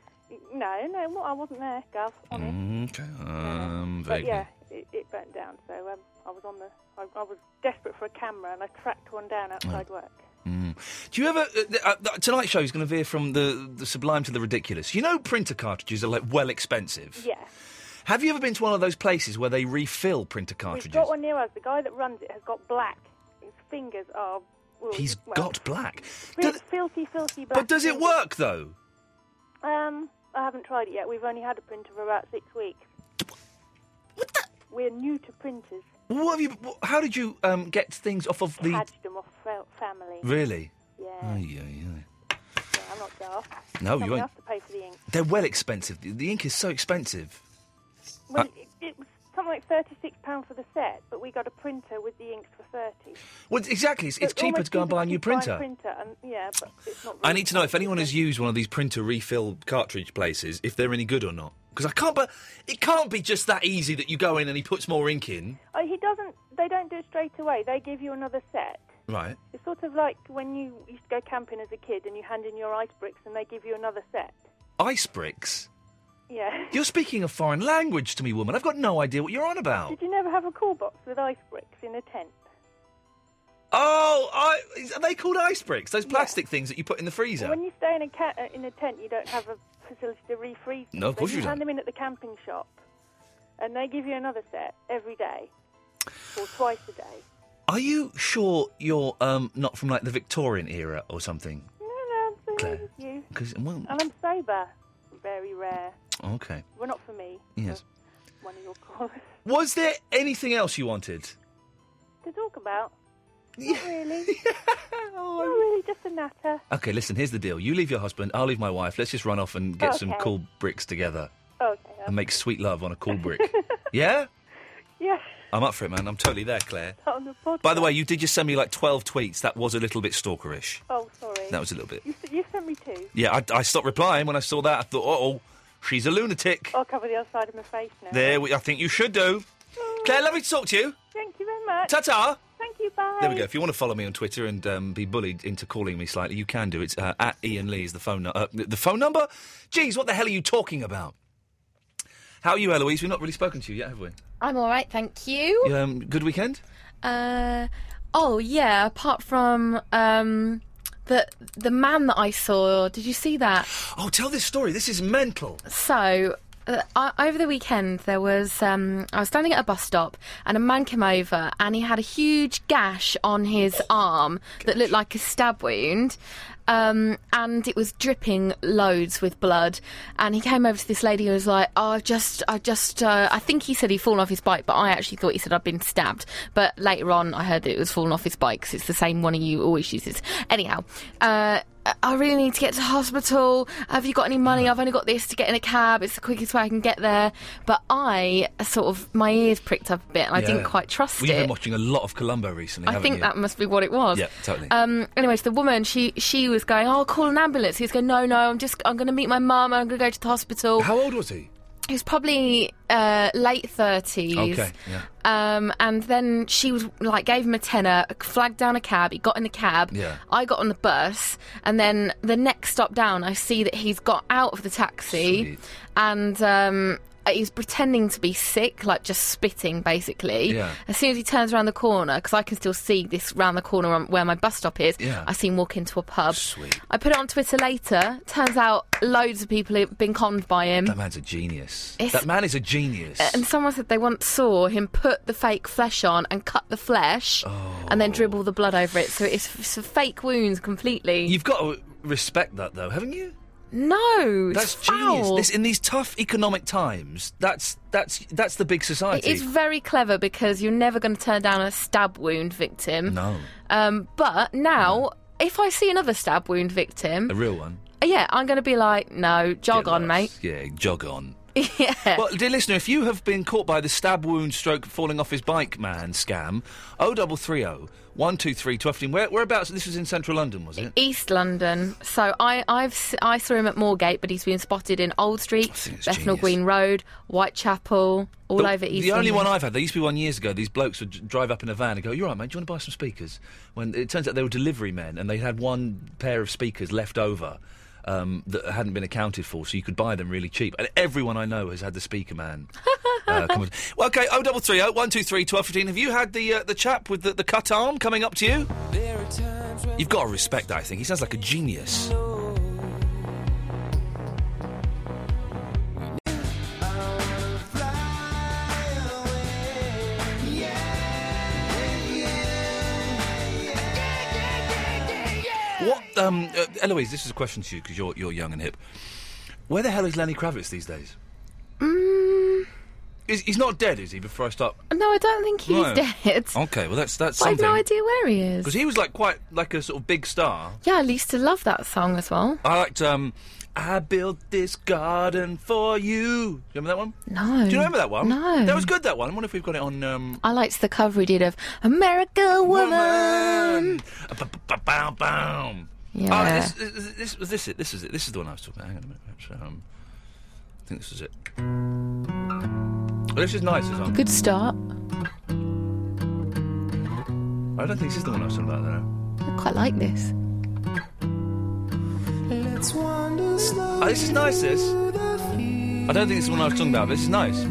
[SPEAKER 7] No, no, well, I wasn't there, Gav. Oh. Honest.
[SPEAKER 4] Okay. Um,
[SPEAKER 7] But
[SPEAKER 4] vaguely.
[SPEAKER 7] yeah, it, it burnt down. So um, I was on the. I, I was desperate for a camera, and I tracked one
[SPEAKER 4] Oh.
[SPEAKER 7] down outside work.
[SPEAKER 4] Mm. Do you ever. Uh, uh, uh, tonight's show is going to veer from the, the sublime to the ridiculous. You know, printer cartridges are like well expensive.
[SPEAKER 7] Yeah,
[SPEAKER 4] Have you ever been to one of those places where they refill printer
[SPEAKER 7] we've
[SPEAKER 4] cartridges?
[SPEAKER 7] got one near us. The guy that runs it has got black. His fingers are. Well,
[SPEAKER 4] He's
[SPEAKER 7] well,
[SPEAKER 4] got black.
[SPEAKER 7] fil- filthy, filthy black.
[SPEAKER 4] But does it
[SPEAKER 7] fingers.
[SPEAKER 4] work though?
[SPEAKER 7] Um, I haven't tried it yet. We've only had a printer for about six weeks. We're new to printers.
[SPEAKER 4] What have you? wh- How did you um, get things off of the?
[SPEAKER 7] Cadged them off fa- family.
[SPEAKER 4] Really?
[SPEAKER 7] Yeah,
[SPEAKER 4] Ay, ay, ay.
[SPEAKER 7] yeah, I'm not daft.
[SPEAKER 4] No, you
[SPEAKER 7] Someone
[SPEAKER 4] ain't.
[SPEAKER 7] else to pay for the ink.
[SPEAKER 4] They're well expensive. The- The ink is so expensive.
[SPEAKER 7] Well,
[SPEAKER 4] Uh,
[SPEAKER 7] it, it was something like thirty-six pound for the set, but we got a printer with the inks for thirty.
[SPEAKER 4] Well, exactly. It's,
[SPEAKER 7] So
[SPEAKER 4] it's cheaper
[SPEAKER 7] almost
[SPEAKER 4] to go and buy a new
[SPEAKER 7] cheaper to
[SPEAKER 4] printer.
[SPEAKER 7] buy a printer, and yeah, but it's not.
[SPEAKER 4] I
[SPEAKER 7] really
[SPEAKER 4] need to know if
[SPEAKER 7] cheap,
[SPEAKER 4] anyone
[SPEAKER 7] is
[SPEAKER 4] has
[SPEAKER 7] it?
[SPEAKER 4] used one of these printer refill cartridge places, if they're any good or not. Because I can't. But it can't be just that easy that you go in and he puts more ink in,
[SPEAKER 7] Oh, he doesn't. They don't do it straight away. They give you another set.
[SPEAKER 4] right?
[SPEAKER 7] It's sort of like when you used to go camping as a kid and you hand in your ice bricks and they give you another set.
[SPEAKER 4] Ice bricks.
[SPEAKER 7] Yeah. [laughs]
[SPEAKER 4] You're speaking a foreign language to me, woman. I've got no idea what you're on about.
[SPEAKER 7] Did you never have a cool box with ice bricks in a tent?
[SPEAKER 4] Oh, I, is- are they called ice bricks? Those plastic things that you put in the freezer.
[SPEAKER 7] When you stay in a ca- uh, in a tent, you don't have a facility to refreeze. them,
[SPEAKER 4] No, of
[SPEAKER 7] so
[SPEAKER 4] course you
[SPEAKER 7] hand
[SPEAKER 4] don't.
[SPEAKER 7] them in at the camping shop, and they give you another set every day. or twice a day.
[SPEAKER 4] Are you sure you're um, not from like the Victorian era or something?
[SPEAKER 7] No, no, I'm
[SPEAKER 4] Claire.
[SPEAKER 7] with you.
[SPEAKER 4] Because well,
[SPEAKER 7] And I'm sober. Very rare.
[SPEAKER 4] okay,
[SPEAKER 7] Well, not for me.
[SPEAKER 4] yes.
[SPEAKER 7] for One of your callers
[SPEAKER 4] Was there anything else you wanted?
[SPEAKER 7] [laughs] to talk about. Not really.
[SPEAKER 4] [laughs] Oh,
[SPEAKER 7] Not really, just a natter.
[SPEAKER 4] Okay, listen. Here's the deal. You leave your husband. I'll leave my wife. Let's just run off and get some
[SPEAKER 7] Okay.
[SPEAKER 4] cool bricks together
[SPEAKER 7] Okay. uh,
[SPEAKER 4] and make sweet love on a cool brick. yeah,
[SPEAKER 7] Yes,
[SPEAKER 4] I'm up for it, man. I'm totally there, Claire.
[SPEAKER 7] [laughs] on the podcast.
[SPEAKER 4] By the way, you did just send me like 12 tweets. That was a little bit stalkerish.
[SPEAKER 7] Oh, sorry.
[SPEAKER 4] That was a little bit.
[SPEAKER 7] You, s- you sent me two.
[SPEAKER 4] Yeah, I, I stopped replying when I saw that. I thought, oh, she's a lunatic.
[SPEAKER 7] I'll cover the other side of my face now.
[SPEAKER 4] There, we, I think you should do. Claire, lovely to talk to you.
[SPEAKER 7] Thank you very much.
[SPEAKER 4] Ta ta.
[SPEAKER 7] Thank you. Bye.
[SPEAKER 4] There we go. If you want to follow me on Twitter and um, be bullied into calling me slightly, you can do. It's uh, at Ian Lee is the phone nu- uh, the phone number. Jeez, what the hell are you talking about? How are you, Eloise? We've not really spoken to you yet, have we?
[SPEAKER 8] I'm all right, thank you.
[SPEAKER 4] Um, good weekend.
[SPEAKER 8] Uh, oh yeah. Apart from um, the the man that I saw, did you see that?
[SPEAKER 4] Oh, tell this story. This is mental.
[SPEAKER 8] So. Uh, o- over the weekend, there was um, I was standing at a bus stop, and a man came over, and he had a huge gash on his arm that looked like a stab wound, um, and it was dripping loads with blood. And he came over to this lady who was like, "Oh, I just, I just, uh, I think he said he'd fallen off his bike, but I actually thought he said I'd been stabbed. But later on, I heard that it was fallen off his bike 'cause it's the same one you always uses. Anyhow, uh, I really need to get to hospital. Have you got any money? I've only got this to get in a cab. It's the quickest way I can get there. But I sort of my ears pricked up a bit, and I didn't quite trust
[SPEAKER 4] We've
[SPEAKER 8] it.
[SPEAKER 4] been watching a lot of Columbo recently.
[SPEAKER 8] I
[SPEAKER 4] haven't
[SPEAKER 8] think
[SPEAKER 4] you?
[SPEAKER 8] that must be what it was.
[SPEAKER 4] Yeah, totally.
[SPEAKER 8] Um, anyway, so the woman she she was going, "Oh, call an ambulance." He's going, "No, no, I'm just I'm going to meet my mum. I'm going to go to the hospital."
[SPEAKER 4] How old was he?
[SPEAKER 8] He was probably uh, late thirties.
[SPEAKER 4] Okay, yeah.
[SPEAKER 8] Um, and then she was like, gave him a tenner, flagged down a cab. He got in the cab.
[SPEAKER 4] Yeah.
[SPEAKER 8] I got on the bus, and then the next stop down, I see that he's got out of the taxi,
[SPEAKER 4] Sweet.
[SPEAKER 8] and um, he's pretending to be sick, like just spitting, basically.
[SPEAKER 4] Yeah.
[SPEAKER 8] As soon as he turns around the corner, because I can still see this round the corner on where my bus stop is,
[SPEAKER 4] Yeah.
[SPEAKER 8] I see him walk into a pub.
[SPEAKER 4] Sweet.
[SPEAKER 8] I put it on Twitter later. Turns out loads of people have been conned by him.
[SPEAKER 4] That man's a genius.
[SPEAKER 8] It's- uh,
[SPEAKER 4] That man is a genius.
[SPEAKER 8] And someone said they once saw him put the fake flesh on and cut the flesh and then
[SPEAKER 4] Oh.
[SPEAKER 8] dribble the blood over it. So it's, it's a fake wounds completely.
[SPEAKER 4] You've got to respect that, though, haven't you?
[SPEAKER 8] no, it's
[SPEAKER 4] That's genius.
[SPEAKER 8] foul.
[SPEAKER 4] This, in these tough economic times, that's that's that's the big
[SPEAKER 8] it
[SPEAKER 4] society.
[SPEAKER 8] is very clever because you're never going to turn down a stab wound victim.
[SPEAKER 4] no,
[SPEAKER 8] Um, but now, if I see another stab wound victim,
[SPEAKER 4] a real one.
[SPEAKER 8] yeah, I'm going to be like, no, jog
[SPEAKER 4] Get
[SPEAKER 8] on, mate.
[SPEAKER 4] lost. Yeah, jog on.
[SPEAKER 8] [laughs] yeah.
[SPEAKER 4] Well, dear listener, if you have been caught by the stab wound stroke falling off his bike man scam, 0330 123 1215. oh Where, whereabouts? This was in central London, was it?
[SPEAKER 8] East London. So I I've s- I saw him at Moorgate, but he's been spotted in Old Street,
[SPEAKER 4] think it's
[SPEAKER 8] Bethnal
[SPEAKER 4] genius.
[SPEAKER 8] Green Road, Whitechapel, all
[SPEAKER 4] the,
[SPEAKER 8] over East.
[SPEAKER 4] The only
[SPEAKER 8] London.
[SPEAKER 4] one I've had, there used to be one years ago, these blokes would dr- drive up in a van and go, You're right, mate, do you want to buy some speakers? When it turns out they were delivery men and they had one pair of speakers left over um, that hadn't been accounted for, so you could buy them really cheap. And everyone I know has had the speaker man. uh, come up-
[SPEAKER 8] [laughs]
[SPEAKER 4] well, okay, 0330 123 1215. Have you had the, uh, the chap with the, the cut arm coming up to you? You've got to respect that, I think. He sounds like a genius. What, um, uh, Eloise, this is a question to you because you're, you're young and hip. Where the hell is Lenny Kravitz these days?
[SPEAKER 8] Mm.
[SPEAKER 4] Is, he's not dead, is he? Before I start.
[SPEAKER 8] No, I don't think he's
[SPEAKER 4] No.
[SPEAKER 8] dead.
[SPEAKER 4] Okay, well, that's that's
[SPEAKER 8] I have
[SPEAKER 4] something.
[SPEAKER 8] no idea where he is.
[SPEAKER 4] Because he was like quite like a sort of big star.
[SPEAKER 8] Yeah, I used to love that song as well.
[SPEAKER 4] I liked, um, I built this garden for you. Do you remember that one?
[SPEAKER 8] No.
[SPEAKER 4] Do you remember that one?
[SPEAKER 8] No.
[SPEAKER 4] That was good, that one. I wonder if we've got it on, um,
[SPEAKER 8] I liked the cover he did of America Woman.
[SPEAKER 4] Bow, bow. Oh,
[SPEAKER 8] Yeah.
[SPEAKER 4] this, this, this was this it. This is it. This is the one I was talking about. Hang on a minute. Actually, um, I think this is it. Oh, this is nice. This one.
[SPEAKER 8] Good start.
[SPEAKER 4] I don't think this is the one I was talking about. Though.
[SPEAKER 8] I quite like this.
[SPEAKER 4] Oh, this is nice. This. I don't think it's the one I was talking about. But this is nice.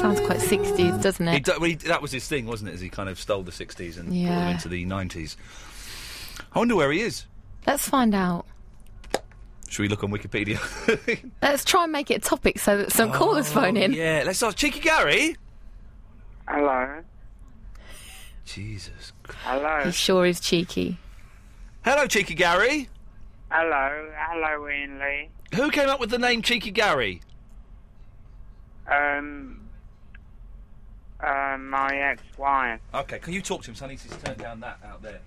[SPEAKER 8] Sounds quite 60s, doesn't
[SPEAKER 4] He,
[SPEAKER 8] it?
[SPEAKER 4] d- well, he, that was his thing, wasn't it? As he kind of stole the '60s and brought them
[SPEAKER 8] Yeah.
[SPEAKER 4] into the '90s. I wonder where he is.
[SPEAKER 8] Let's find out.
[SPEAKER 4] Should we look on Wikipedia? [laughs] Oh,
[SPEAKER 8] Let's try and make it a topic so that some callers phone in.
[SPEAKER 4] Yeah, let's ask Cheeky Gary.
[SPEAKER 9] Hello.
[SPEAKER 4] Jesus.
[SPEAKER 9] Hello.
[SPEAKER 8] He sure is cheeky.
[SPEAKER 4] Hello, Cheeky Gary.
[SPEAKER 9] Hello. Hello, Ian Lee.
[SPEAKER 4] Who came up with the name Cheeky Gary?
[SPEAKER 9] Um. Uh, my ex-wife.
[SPEAKER 4] Okay, can you talk to him? So I need to turn down that out there.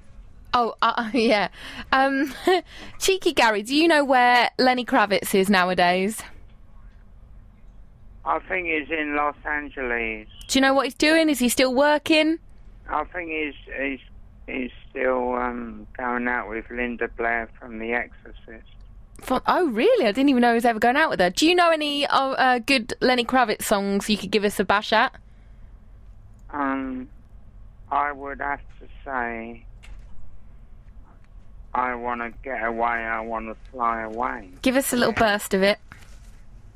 [SPEAKER 8] Oh, uh, [laughs] yeah. Um, [laughs] cheeky Gary, do you know where Lenny Kravitz is nowadays?
[SPEAKER 9] I think he's in Los Angeles.
[SPEAKER 8] Do you know what he's doing? Is he still working?
[SPEAKER 9] I think he's he's he's still um, going out with Linda Blair from The Exorcist.
[SPEAKER 8] Fun- Oh, really? I didn't even know he was ever going out with her. Do you know any uh, uh, good Lenny Kravitz songs you could give us a bash at?
[SPEAKER 9] Um, I would have to say, I want to get away. I want to fly away.
[SPEAKER 8] Give us a little burst of it.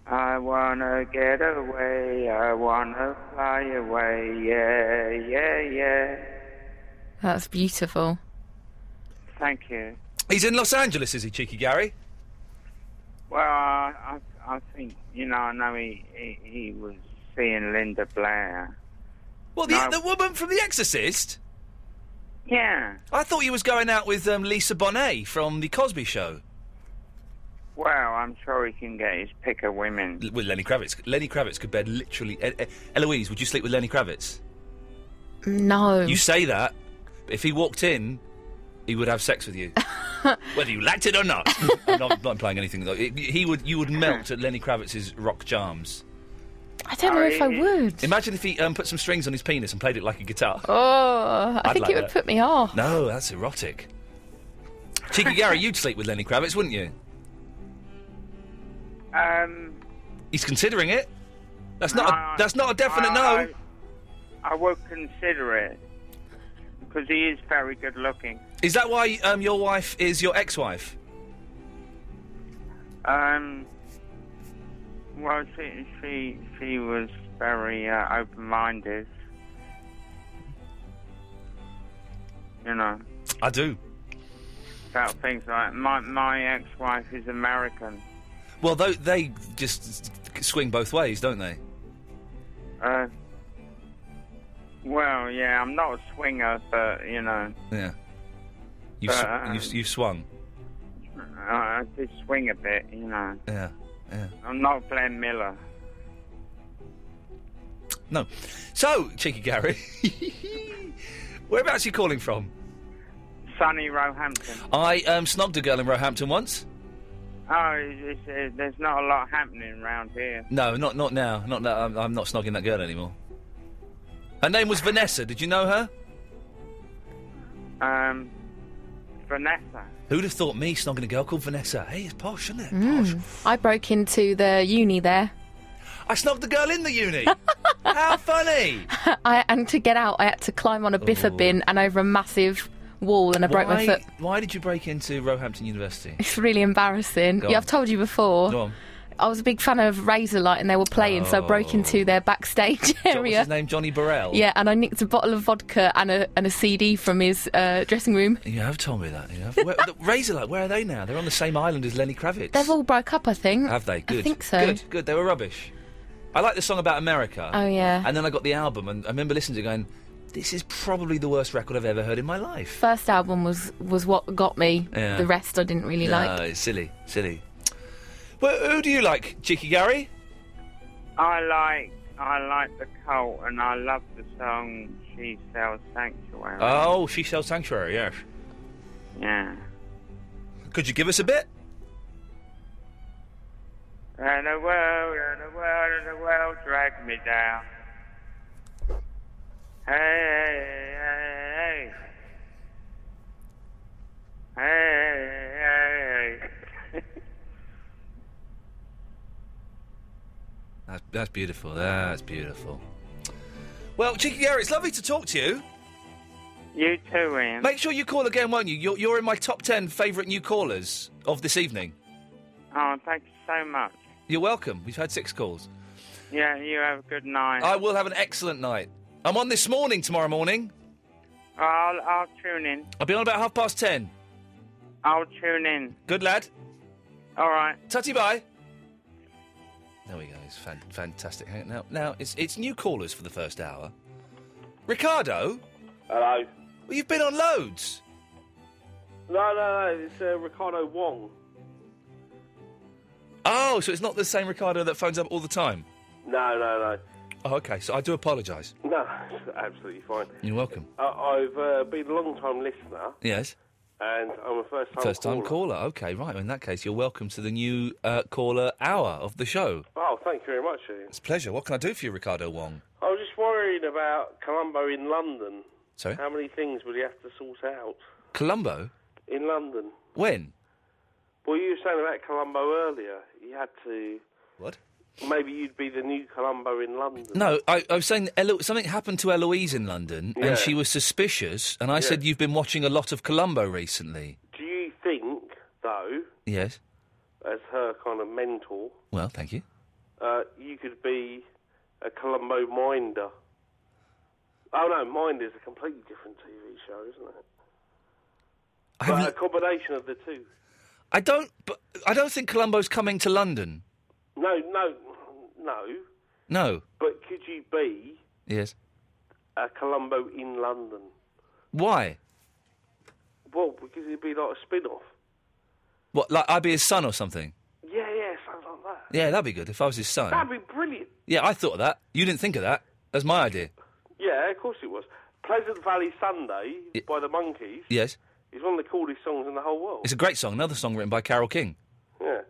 [SPEAKER 9] I wanna get away, I wanna fly away, yeah, yeah, yeah.
[SPEAKER 8] That's beautiful.
[SPEAKER 9] Thank you.
[SPEAKER 4] He's in Los Angeles, is he, Cheeky Gary?
[SPEAKER 9] Well, I, I, I think, you know, I know he, he, he was seeing Linda Blair.
[SPEAKER 4] Well, the, the woman from The Exorcist?
[SPEAKER 9] Yeah.
[SPEAKER 4] I thought you was going out with um, Lisa Bonet from The Cosby Show.
[SPEAKER 9] Well, I'm sure he can get his pick of women.
[SPEAKER 4] L- With Lenny Kravitz. Lenny Kravitz could bed literally... E- E- Eloise, would you sleep with Lenny Kravitz?
[SPEAKER 8] No.
[SPEAKER 4] You say that, but if he walked in, he would have sex
[SPEAKER 8] [laughs]
[SPEAKER 4] with you. Whether you liked it or not. I'm not, not implying anything. Though. It- He would, you would melt at Lenny Kravitz's rock charms.
[SPEAKER 8] I don't know if I would.
[SPEAKER 4] Imagine if he um, put some strings on his penis and played it like a guitar.
[SPEAKER 8] Oh, I
[SPEAKER 4] I'd
[SPEAKER 8] think
[SPEAKER 4] like
[SPEAKER 8] it would
[SPEAKER 4] that.
[SPEAKER 8] put me off.
[SPEAKER 4] No, that's erotic. Cheeky Gary, you'd sleep with Lenny Kravitz, wouldn't you?
[SPEAKER 9] Um,
[SPEAKER 4] He's considering it. That's not.
[SPEAKER 9] I-
[SPEAKER 4] a, that's not a definite
[SPEAKER 9] I-
[SPEAKER 4] no.
[SPEAKER 9] I, I would consider it. Because he is very good looking.
[SPEAKER 4] Is that why um, your wife is your ex-wife?
[SPEAKER 9] Um, well, she, she, she was very uh, open minded. You know,
[SPEAKER 4] I do.
[SPEAKER 9] about things like my, my ex wife is American.
[SPEAKER 4] Well, though they just swing both ways, don't they?
[SPEAKER 9] Uh, well, yeah, I'm not a swinger, but, you know,
[SPEAKER 4] Yeah. You've, sw-
[SPEAKER 9] Uh,
[SPEAKER 4] you've, you've swung.
[SPEAKER 9] I, I did swing a bit, you know.
[SPEAKER 4] Yeah. Yeah.
[SPEAKER 9] I'm not Glenn Miller.
[SPEAKER 4] No. So, Cheeky Gary, [laughs] whereabouts are you calling from?
[SPEAKER 9] Sonny Roehampton.
[SPEAKER 4] I um, snogged a girl in Roehampton once.
[SPEAKER 9] Oh, it's, it's, there's not a lot happening round here.
[SPEAKER 4] No, not not now. Not now. I'm, I'm not snogging that girl anymore. Her name was Vanessa. Did you know her?
[SPEAKER 9] Um, Vanessa.
[SPEAKER 4] Who'd have thought me snogging a girl called Vanessa? Hey, it's posh, isn't it?
[SPEAKER 8] Mm. I broke into the uni there. [laughs]
[SPEAKER 4] I snogged the girl in the uni. How funny!
[SPEAKER 8] I, and to get out, I had to climb on a biffa bin and over a massive wall, and I broke my
[SPEAKER 4] Oh. Why-
[SPEAKER 8] foot.
[SPEAKER 4] Why did you break into Roehampton University?
[SPEAKER 8] It's really embarrassing.
[SPEAKER 4] Go
[SPEAKER 8] yeah,
[SPEAKER 4] on.
[SPEAKER 8] I've told you before. [laughs]
[SPEAKER 4] Go on.
[SPEAKER 8] I was a big fan of Razorlight, and they were playing, so I broke into their backstage
[SPEAKER 4] Oh. What's
[SPEAKER 8] area.
[SPEAKER 4] his name? Johnny Burrell.
[SPEAKER 8] Yeah, and I nicked a bottle of vodka and a and a CD from his uh, dressing room.
[SPEAKER 4] You have told me that. You have. Where, [laughs] the, Razorlight. Where are they now? They're on the same island as Lenny Kravitz.
[SPEAKER 8] They've all broke up, I think.
[SPEAKER 4] Have they? Good.
[SPEAKER 8] I think so.
[SPEAKER 4] Good, good. They were rubbish. I like the song about America.
[SPEAKER 8] Oh, yeah.
[SPEAKER 4] And then I got the album, and I remember listening to it going, this is probably the worst record I've ever heard in my life.
[SPEAKER 8] First album was was what got me.
[SPEAKER 4] Yeah.
[SPEAKER 8] The rest I didn't really like.
[SPEAKER 4] No, it's silly, silly. Well, who do you like, Cheeky Gary?
[SPEAKER 9] I like I like the cult and I love the song She Sells Sanctuary.
[SPEAKER 4] Oh, She Sells Sanctuary, yes.
[SPEAKER 9] Yeah.
[SPEAKER 4] Could you give us a bit?
[SPEAKER 9] And the world and the world and the world drag me down. Hey, hey, hey, hey. Hey, hey, hey.
[SPEAKER 4] That's, that's beautiful. That's beautiful. Well, Cheeky Gary, it's lovely to talk to you.
[SPEAKER 9] you too, Ian.
[SPEAKER 4] Make sure you call again, won't you? You're, you're in my top 10 favourite new callers of this evening.
[SPEAKER 9] Oh, thank you so much.
[SPEAKER 4] You're welcome. We've had six calls.
[SPEAKER 9] [laughs] Yeah, you have a good night.
[SPEAKER 4] I will have an excellent night. I'm on this morning, tomorrow morning.
[SPEAKER 9] I'll, I'll tune in.
[SPEAKER 4] I'll be on about half past ten.
[SPEAKER 9] I'll tune in.
[SPEAKER 4] Good lad.
[SPEAKER 9] All right.
[SPEAKER 4] Tutty bye. There we go. It's fan- fantastic. Hang- Now, now it's it's new callers for the first hour. Ricardo?
[SPEAKER 10] Hello.
[SPEAKER 4] Well, you've been on loads.
[SPEAKER 10] No, no, no. It's uh, Ricardo Wong.
[SPEAKER 4] Oh, so it's not the same Ricardo that phones up all the time.
[SPEAKER 10] No, no,
[SPEAKER 4] Oh, okay. So I do apologise.
[SPEAKER 10] no. No, it's absolutely fine.
[SPEAKER 4] You're welcome.
[SPEAKER 10] Uh, I've uh, been a long-time listener,
[SPEAKER 4] Yes.
[SPEAKER 10] and I'm a first-time
[SPEAKER 4] First time
[SPEAKER 10] caller.
[SPEAKER 4] caller. Okay, right. Well, in that case, you're welcome to the new uh, caller hour of the show.
[SPEAKER 10] Oh, thank you very much, Ian.
[SPEAKER 4] It's a pleasure. What can I do for you, Ricardo Wong?
[SPEAKER 10] I was just worrying about Columbo in London.
[SPEAKER 4] Sorry?
[SPEAKER 10] How many things would he have to sort out
[SPEAKER 4] Colombo?
[SPEAKER 10] in London?
[SPEAKER 4] When?
[SPEAKER 10] Well, you were saying about Columbo earlier. You had to.
[SPEAKER 4] What?
[SPEAKER 10] Maybe you'd be the new Columbo in London.
[SPEAKER 4] No, I, I was saying that Elo- something happened to Eloise in London
[SPEAKER 10] Yeah.
[SPEAKER 4] and she was suspicious, and I said, You've been watching a lot of Colombo recently.
[SPEAKER 10] Do you think, though,
[SPEAKER 4] Yes.
[SPEAKER 10] as her kind of mentor,
[SPEAKER 4] Well, thank you.
[SPEAKER 10] uh, you could be a Columbo Minder? Oh no, Mind is a completely different TV show, isn't it? But a combination of the two.
[SPEAKER 4] I don't. But I don't think Colombo's coming to London.
[SPEAKER 10] No, no, no.
[SPEAKER 4] No.
[SPEAKER 10] But could you be
[SPEAKER 4] Yes.
[SPEAKER 10] a Columbo in London?
[SPEAKER 4] Why?
[SPEAKER 10] Well, because it'd be like a spin-off.
[SPEAKER 4] What? Like I'd be his son or something?
[SPEAKER 10] Yeah, yeah, something like that.
[SPEAKER 4] Yeah, that'd be good if I was his son.
[SPEAKER 10] That'd be brilliant.
[SPEAKER 4] Yeah, I thought of that. You didn't think of that. That's my idea.
[SPEAKER 10] Yeah, of course it was. Pleasant Valley Sunday by the Monkeys
[SPEAKER 4] Yes.
[SPEAKER 10] is one of the coolest songs in the whole world.
[SPEAKER 4] It's a great song. Another song written by Carol King.
[SPEAKER 10] Yeah.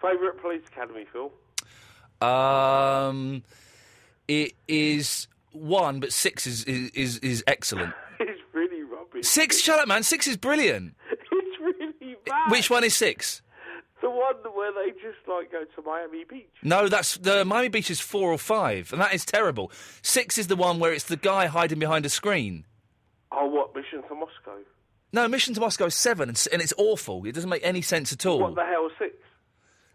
[SPEAKER 10] Favourite Police Academy film?
[SPEAKER 4] Um, it is one, but six is is is, is excellent.
[SPEAKER 10] [laughs] It's really rubbish.
[SPEAKER 4] Six, shut up, man. Six is brilliant.
[SPEAKER 10] [laughs] It's really bad.
[SPEAKER 4] Which one is six?
[SPEAKER 10] The one where they just like go to Miami Beach.
[SPEAKER 4] No, that's the Miami Beach is four or five, and that is terrible. Six is the one where it's the guy hiding behind a screen.
[SPEAKER 10] Oh, what Mission to Moscow?
[SPEAKER 4] No, Mission to Moscow is seven, and, s- and it's awful. It doesn't make any sense at all.
[SPEAKER 10] What the hell? Six?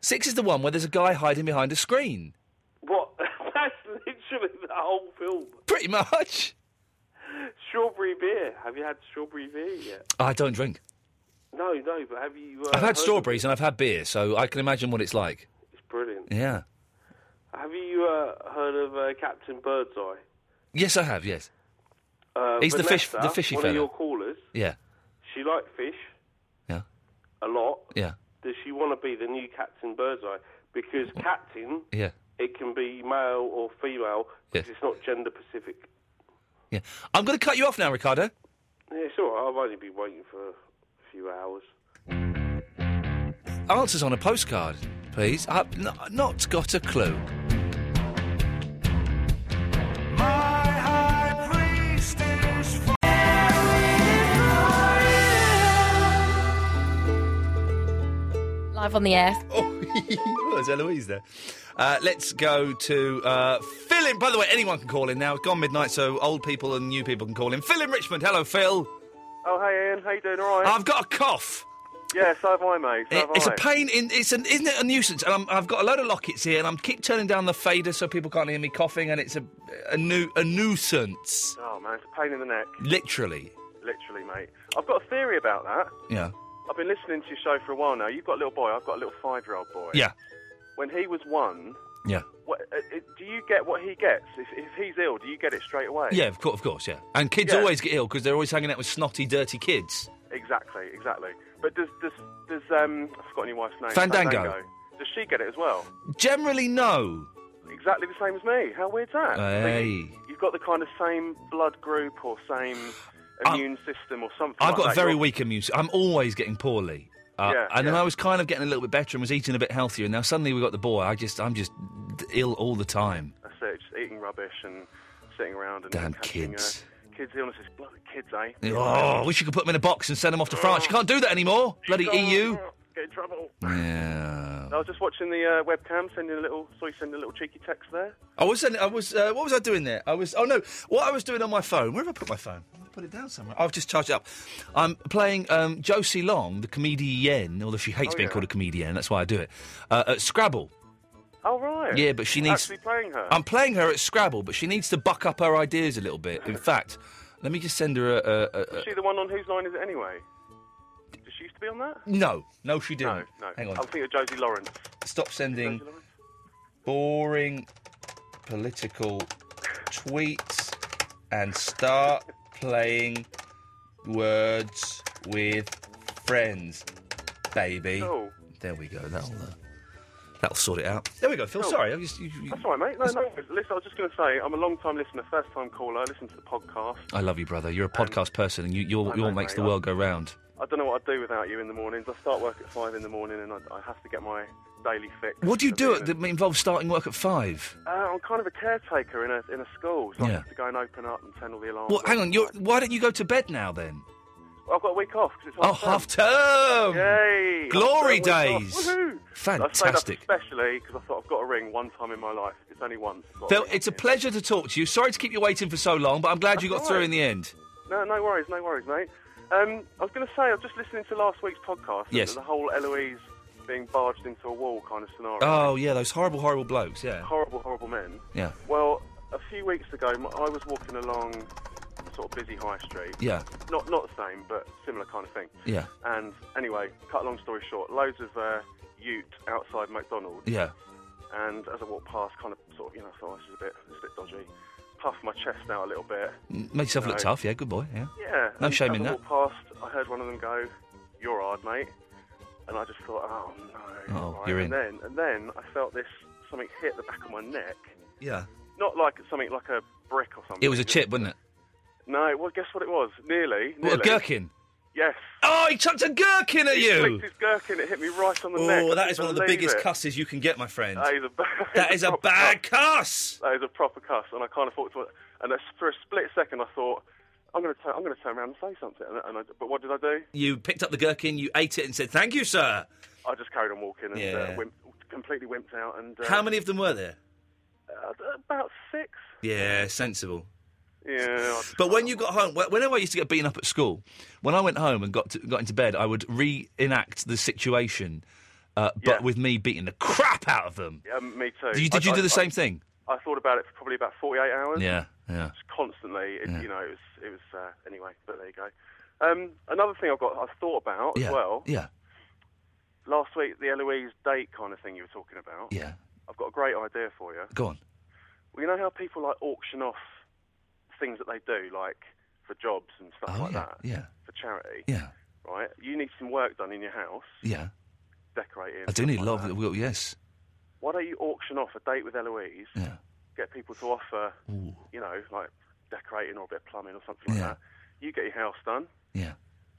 [SPEAKER 4] Six is the one where there's a guy hiding behind a screen.
[SPEAKER 10] What? [laughs] That's literally the whole film.
[SPEAKER 4] Pretty much.
[SPEAKER 10] Strawberry beer. Have you had strawberry beer yet?
[SPEAKER 4] I don't drink.
[SPEAKER 10] No, no. But have you? Uh,
[SPEAKER 4] I've
[SPEAKER 10] heard of
[SPEAKER 4] had strawberries and I've had beer, so I can imagine what it's like.
[SPEAKER 10] it? It's brilliant.
[SPEAKER 4] Yeah.
[SPEAKER 10] Have you uh, heard of uh, Captain Birdseye?
[SPEAKER 4] Yes, I have. Yes.
[SPEAKER 10] Uh,
[SPEAKER 4] He's the fish-
[SPEAKER 10] Vanessa,
[SPEAKER 4] the fishy
[SPEAKER 10] one
[SPEAKER 4] fella.
[SPEAKER 10] of your callers.
[SPEAKER 4] Yeah.
[SPEAKER 10] She liked fish.
[SPEAKER 4] Yeah.
[SPEAKER 10] A lot.
[SPEAKER 4] Yeah.
[SPEAKER 10] Does she want to be the new Captain Birdseye? Because Captain,
[SPEAKER 4] Yeah.
[SPEAKER 10] it can be male or female. 'cause It's not gender specific.
[SPEAKER 4] Yeah. I'm going to cut you off now, Ricardo.
[SPEAKER 10] Yeah, it's all right. I've only been waiting for a few hours.
[SPEAKER 4] Answers on a postcard, please. I've n- not got a clue.
[SPEAKER 8] Live on the air.
[SPEAKER 4] Oh. well, there's Eloise there. Uh, let's go to uh, Phil. In, by the way, anyone can call in now. It's gone midnight, so old people and new people can call in. Phil in Richmond. Hello, Phil.
[SPEAKER 11] Oh, hey, Ian. How you doing? All right?
[SPEAKER 4] I've got a cough.
[SPEAKER 11] Yeah, so have I, mate. So
[SPEAKER 4] It-
[SPEAKER 11] have
[SPEAKER 4] it's
[SPEAKER 11] I.
[SPEAKER 4] a pain in. It's an. Isn't it a nuisance? And I'm, I've got a load of lockets here, and I'm keep turning down the fader so people can't hear me coughing, and it's a a, nu- a nuisance.
[SPEAKER 11] Oh, man, it's a pain in the neck.
[SPEAKER 4] Literally.
[SPEAKER 11] Literally, mate. I've got a theory about that.
[SPEAKER 4] Yeah.
[SPEAKER 11] I've been listening to your show for a while now. You've got a little boy. I've got a little five-year-old boy.
[SPEAKER 4] Yeah.
[SPEAKER 11] When he was one,
[SPEAKER 4] Yeah.
[SPEAKER 11] what, uh, uh, do you get what he gets? If, if he's ill, do you get it straight away?
[SPEAKER 4] Yeah. Of course. Of course. Yeah. And kids
[SPEAKER 11] Yeah.
[SPEAKER 4] always get ill because they're always hanging out with snotty, dirty kids.
[SPEAKER 11] Exactly, exactly. But does does does um I've forgotten your wife's name.
[SPEAKER 4] Fandango.
[SPEAKER 11] Does she get it as well?
[SPEAKER 4] Generally, no.
[SPEAKER 11] Exactly the same as me. How weird's that? So you-
[SPEAKER 4] Hey.
[SPEAKER 11] You've got the kind of same blood group or same immune system or something.
[SPEAKER 4] I've
[SPEAKER 11] like
[SPEAKER 4] got
[SPEAKER 11] that.
[SPEAKER 4] a very
[SPEAKER 11] You're-
[SPEAKER 4] weak immune system. I'm always getting poorly. Uh,
[SPEAKER 11] Yeah,
[SPEAKER 4] and then I was kind of getting a little bit better and was eating a bit healthier. And now suddenly we got the boy. I just, I'm just d- ill all the time.
[SPEAKER 11] That's it. Just eating rubbish and sitting around and
[SPEAKER 4] Damn
[SPEAKER 11] catching,
[SPEAKER 4] kids.
[SPEAKER 11] Uh, kids illnesses. Bloody kids, eh?
[SPEAKER 4] Oh, I wish you could put them in a box and send them off to France. You can't do that anymore. Bloody E
[SPEAKER 11] Oh,
[SPEAKER 4] EU.
[SPEAKER 11] Get in trouble.
[SPEAKER 4] Yeah.
[SPEAKER 11] I was just watching the uh, webcam, sending a little. Saw you sending a little cheeky text there.
[SPEAKER 4] I was, I was, uh, what was I doing there? I was, oh no, what I was doing on my phone. Where have I put my phone? I put it down somewhere. I've just charged it up. I'm playing um, Josie Long, the comedian, although she hates
[SPEAKER 11] Oh,
[SPEAKER 4] being
[SPEAKER 11] yeah.
[SPEAKER 4] called a comedian. That's why I do it. Uh, at Scrabble.
[SPEAKER 11] Oh right.
[SPEAKER 4] [laughs] Yeah, but she needs.
[SPEAKER 11] actually playing her.
[SPEAKER 4] I'm playing her at Scrabble, but she needs to buck up her ideas a little bit. In fact, let me just send her a. a, a,
[SPEAKER 11] Is
[SPEAKER 4] a
[SPEAKER 11] she the one on whose line is it anyway? Does she used to be on that?
[SPEAKER 4] no, no, she didn't.
[SPEAKER 11] No. Oh.
[SPEAKER 4] Hang on.
[SPEAKER 11] I'm thinking of Josie Lawrence.
[SPEAKER 4] Stop sending boring political tweets and start playing words with friends, baby.
[SPEAKER 11] Cool.
[SPEAKER 4] There we go. That'll uh, that'll sort it out. There we go, Phil. Sorry, I just, you, you-
[SPEAKER 11] Oh. That's all right, mate. No, no. Listen, I was just going to say, I'm a long-time listener, first-time caller. I listen to the podcast.
[SPEAKER 4] I love you, brother. You're a podcast person, and you, you're,
[SPEAKER 11] I
[SPEAKER 4] you're
[SPEAKER 11] know,
[SPEAKER 4] what makes
[SPEAKER 11] mate.
[SPEAKER 4] the world go round.
[SPEAKER 11] I don't know what I'd do without you in the mornings. I start work at five in the morning, and I, I have to get my daily fix.
[SPEAKER 4] What do you
[SPEAKER 11] of
[SPEAKER 4] do
[SPEAKER 11] being
[SPEAKER 4] at, that involves starting work at five?
[SPEAKER 11] a- Uh, I'm kind of a caretaker in a in a school, so I
[SPEAKER 4] Yeah.
[SPEAKER 11] have to go and open up and turn all the alarms.
[SPEAKER 4] Well, hang
[SPEAKER 11] off.
[SPEAKER 4] on. You're, why don't you go to bed now then?
[SPEAKER 11] Well, I've got a week off 'cause
[SPEAKER 4] Oh,
[SPEAKER 11] it's half
[SPEAKER 4] half term!
[SPEAKER 11] Yay!
[SPEAKER 4] Glory
[SPEAKER 11] Half term week
[SPEAKER 4] days.
[SPEAKER 11] off. Woohoo! I stayed
[SPEAKER 4] Fantastic.
[SPEAKER 11] up especially because I thought I've got a ring one time in my life. It's only once. I've got a
[SPEAKER 4] Phil,
[SPEAKER 11] ring.
[SPEAKER 4] it's a pleasure to talk to you. Sorry to keep you waiting for so long, but I'm glad you got
[SPEAKER 11] That's all
[SPEAKER 4] through
[SPEAKER 11] right.
[SPEAKER 4] in the end.
[SPEAKER 11] No, no worries, no worries, mate. Um, I was going to say, I was just listening to last week's podcast. and
[SPEAKER 4] Yes.
[SPEAKER 11] The whole Eloise being barged into a wall kind of scenario.
[SPEAKER 4] Oh, yeah, those horrible, horrible blokes, yeah.
[SPEAKER 11] Horrible, horrible men.
[SPEAKER 4] Yeah.
[SPEAKER 11] Well, a few weeks ago, m- I was walking along a sort of busy high street.
[SPEAKER 4] Yeah.
[SPEAKER 11] Not, not the same, but similar kind of thing.
[SPEAKER 4] Yeah.
[SPEAKER 11] And anyway, cut a long story short, loads of uh, ute outside McDonald's.
[SPEAKER 4] Yeah.
[SPEAKER 11] And as I walked past, kind of sort of, you know, I thought this is a bit, this is a bit dodgy. Puffed my chest out a little bit.
[SPEAKER 4] Make yourself look
[SPEAKER 11] No.
[SPEAKER 4] tough, yeah, good boy, yeah.
[SPEAKER 11] Yeah.
[SPEAKER 4] No
[SPEAKER 11] and
[SPEAKER 4] shame
[SPEAKER 11] as
[SPEAKER 4] in
[SPEAKER 11] I
[SPEAKER 4] that.
[SPEAKER 11] walked Past, I heard one of them go, "You're hard, mate," and I just thought, "Oh no."
[SPEAKER 4] Oh,
[SPEAKER 11] right.
[SPEAKER 4] you're
[SPEAKER 11] and
[SPEAKER 4] in.
[SPEAKER 11] then, and then I felt this something hit the back of my neck,
[SPEAKER 4] Yeah.
[SPEAKER 11] not like something like a brick or something.
[SPEAKER 4] It was a chip, wasn't it?
[SPEAKER 11] No, well, guess what it was? Nearly.
[SPEAKER 4] What,
[SPEAKER 11] nearly.
[SPEAKER 4] a gherkin?
[SPEAKER 11] Yes.
[SPEAKER 4] Oh, he chucked a gherkin at
[SPEAKER 11] He
[SPEAKER 4] you!
[SPEAKER 11] flicked his gherkin. It hit me right on the neck.
[SPEAKER 4] Oh,
[SPEAKER 11] I
[SPEAKER 4] that
[SPEAKER 11] couldn't
[SPEAKER 4] is one of the
[SPEAKER 11] believe
[SPEAKER 4] biggest
[SPEAKER 11] it.
[SPEAKER 4] cusses you can get, my friend.
[SPEAKER 11] That is a bad. [laughs]
[SPEAKER 4] That is a bad cuss.
[SPEAKER 11] That is a proper cuss, and I kind of thought, to it, and that's- for a split second, I thought, I'm going to turn, I'm going to turn around and say something, and, I- and I, but what did I do?
[SPEAKER 4] You picked up the gherkin, you ate it, and said, Thank you, sir.
[SPEAKER 11] I just carried on walking and
[SPEAKER 4] Yeah.
[SPEAKER 11] uh, wimp, completely wimped out. And uh,
[SPEAKER 4] How many of them were there?
[SPEAKER 11] Uh, about six.
[SPEAKER 4] Yeah, sensible.
[SPEAKER 11] Yeah.
[SPEAKER 4] But when you got home, wh- whenever I used to get beaten up at school, when I went home and got to, got into bed, I would reenact the situation, uh, but with me beating the crap out of them.
[SPEAKER 11] Yeah, me too.
[SPEAKER 4] Did you, did
[SPEAKER 11] I-
[SPEAKER 4] you do
[SPEAKER 11] I-
[SPEAKER 4] the same
[SPEAKER 11] I-
[SPEAKER 4] thing?
[SPEAKER 11] I thought about it for probably about 48 hours.
[SPEAKER 4] Yeah, yeah.
[SPEAKER 11] Just constantly, it,
[SPEAKER 4] Yeah.
[SPEAKER 11] you know, it was, it was uh, anyway, but there you go. Um, another thing I've got, I thought about
[SPEAKER 4] Yeah.
[SPEAKER 11] as well,
[SPEAKER 4] Yeah,
[SPEAKER 11] last week, the Eloise date kind of thing you were talking about.
[SPEAKER 4] yeah.
[SPEAKER 11] I've got a great idea for you.
[SPEAKER 4] Go on.
[SPEAKER 11] Well, you know how people like auction off things that they do, like for jobs and stuff
[SPEAKER 4] Oh,
[SPEAKER 11] like
[SPEAKER 4] yeah,
[SPEAKER 11] that,
[SPEAKER 4] yeah.
[SPEAKER 11] for charity?
[SPEAKER 4] Yeah.
[SPEAKER 11] Right? You need some work done in your house,
[SPEAKER 4] Yeah.
[SPEAKER 11] decorating.
[SPEAKER 4] I do need
[SPEAKER 11] stuff
[SPEAKER 4] love.
[SPEAKER 11] like that.
[SPEAKER 4] Well, yes.
[SPEAKER 11] Why don't you auction off a date with Eloise?
[SPEAKER 4] Yeah.
[SPEAKER 11] Get people to offer,
[SPEAKER 4] Ooh.
[SPEAKER 11] you know, like decorating or a bit of plumbing or something
[SPEAKER 4] Yeah.
[SPEAKER 11] like that. You get your house done.
[SPEAKER 4] Yeah.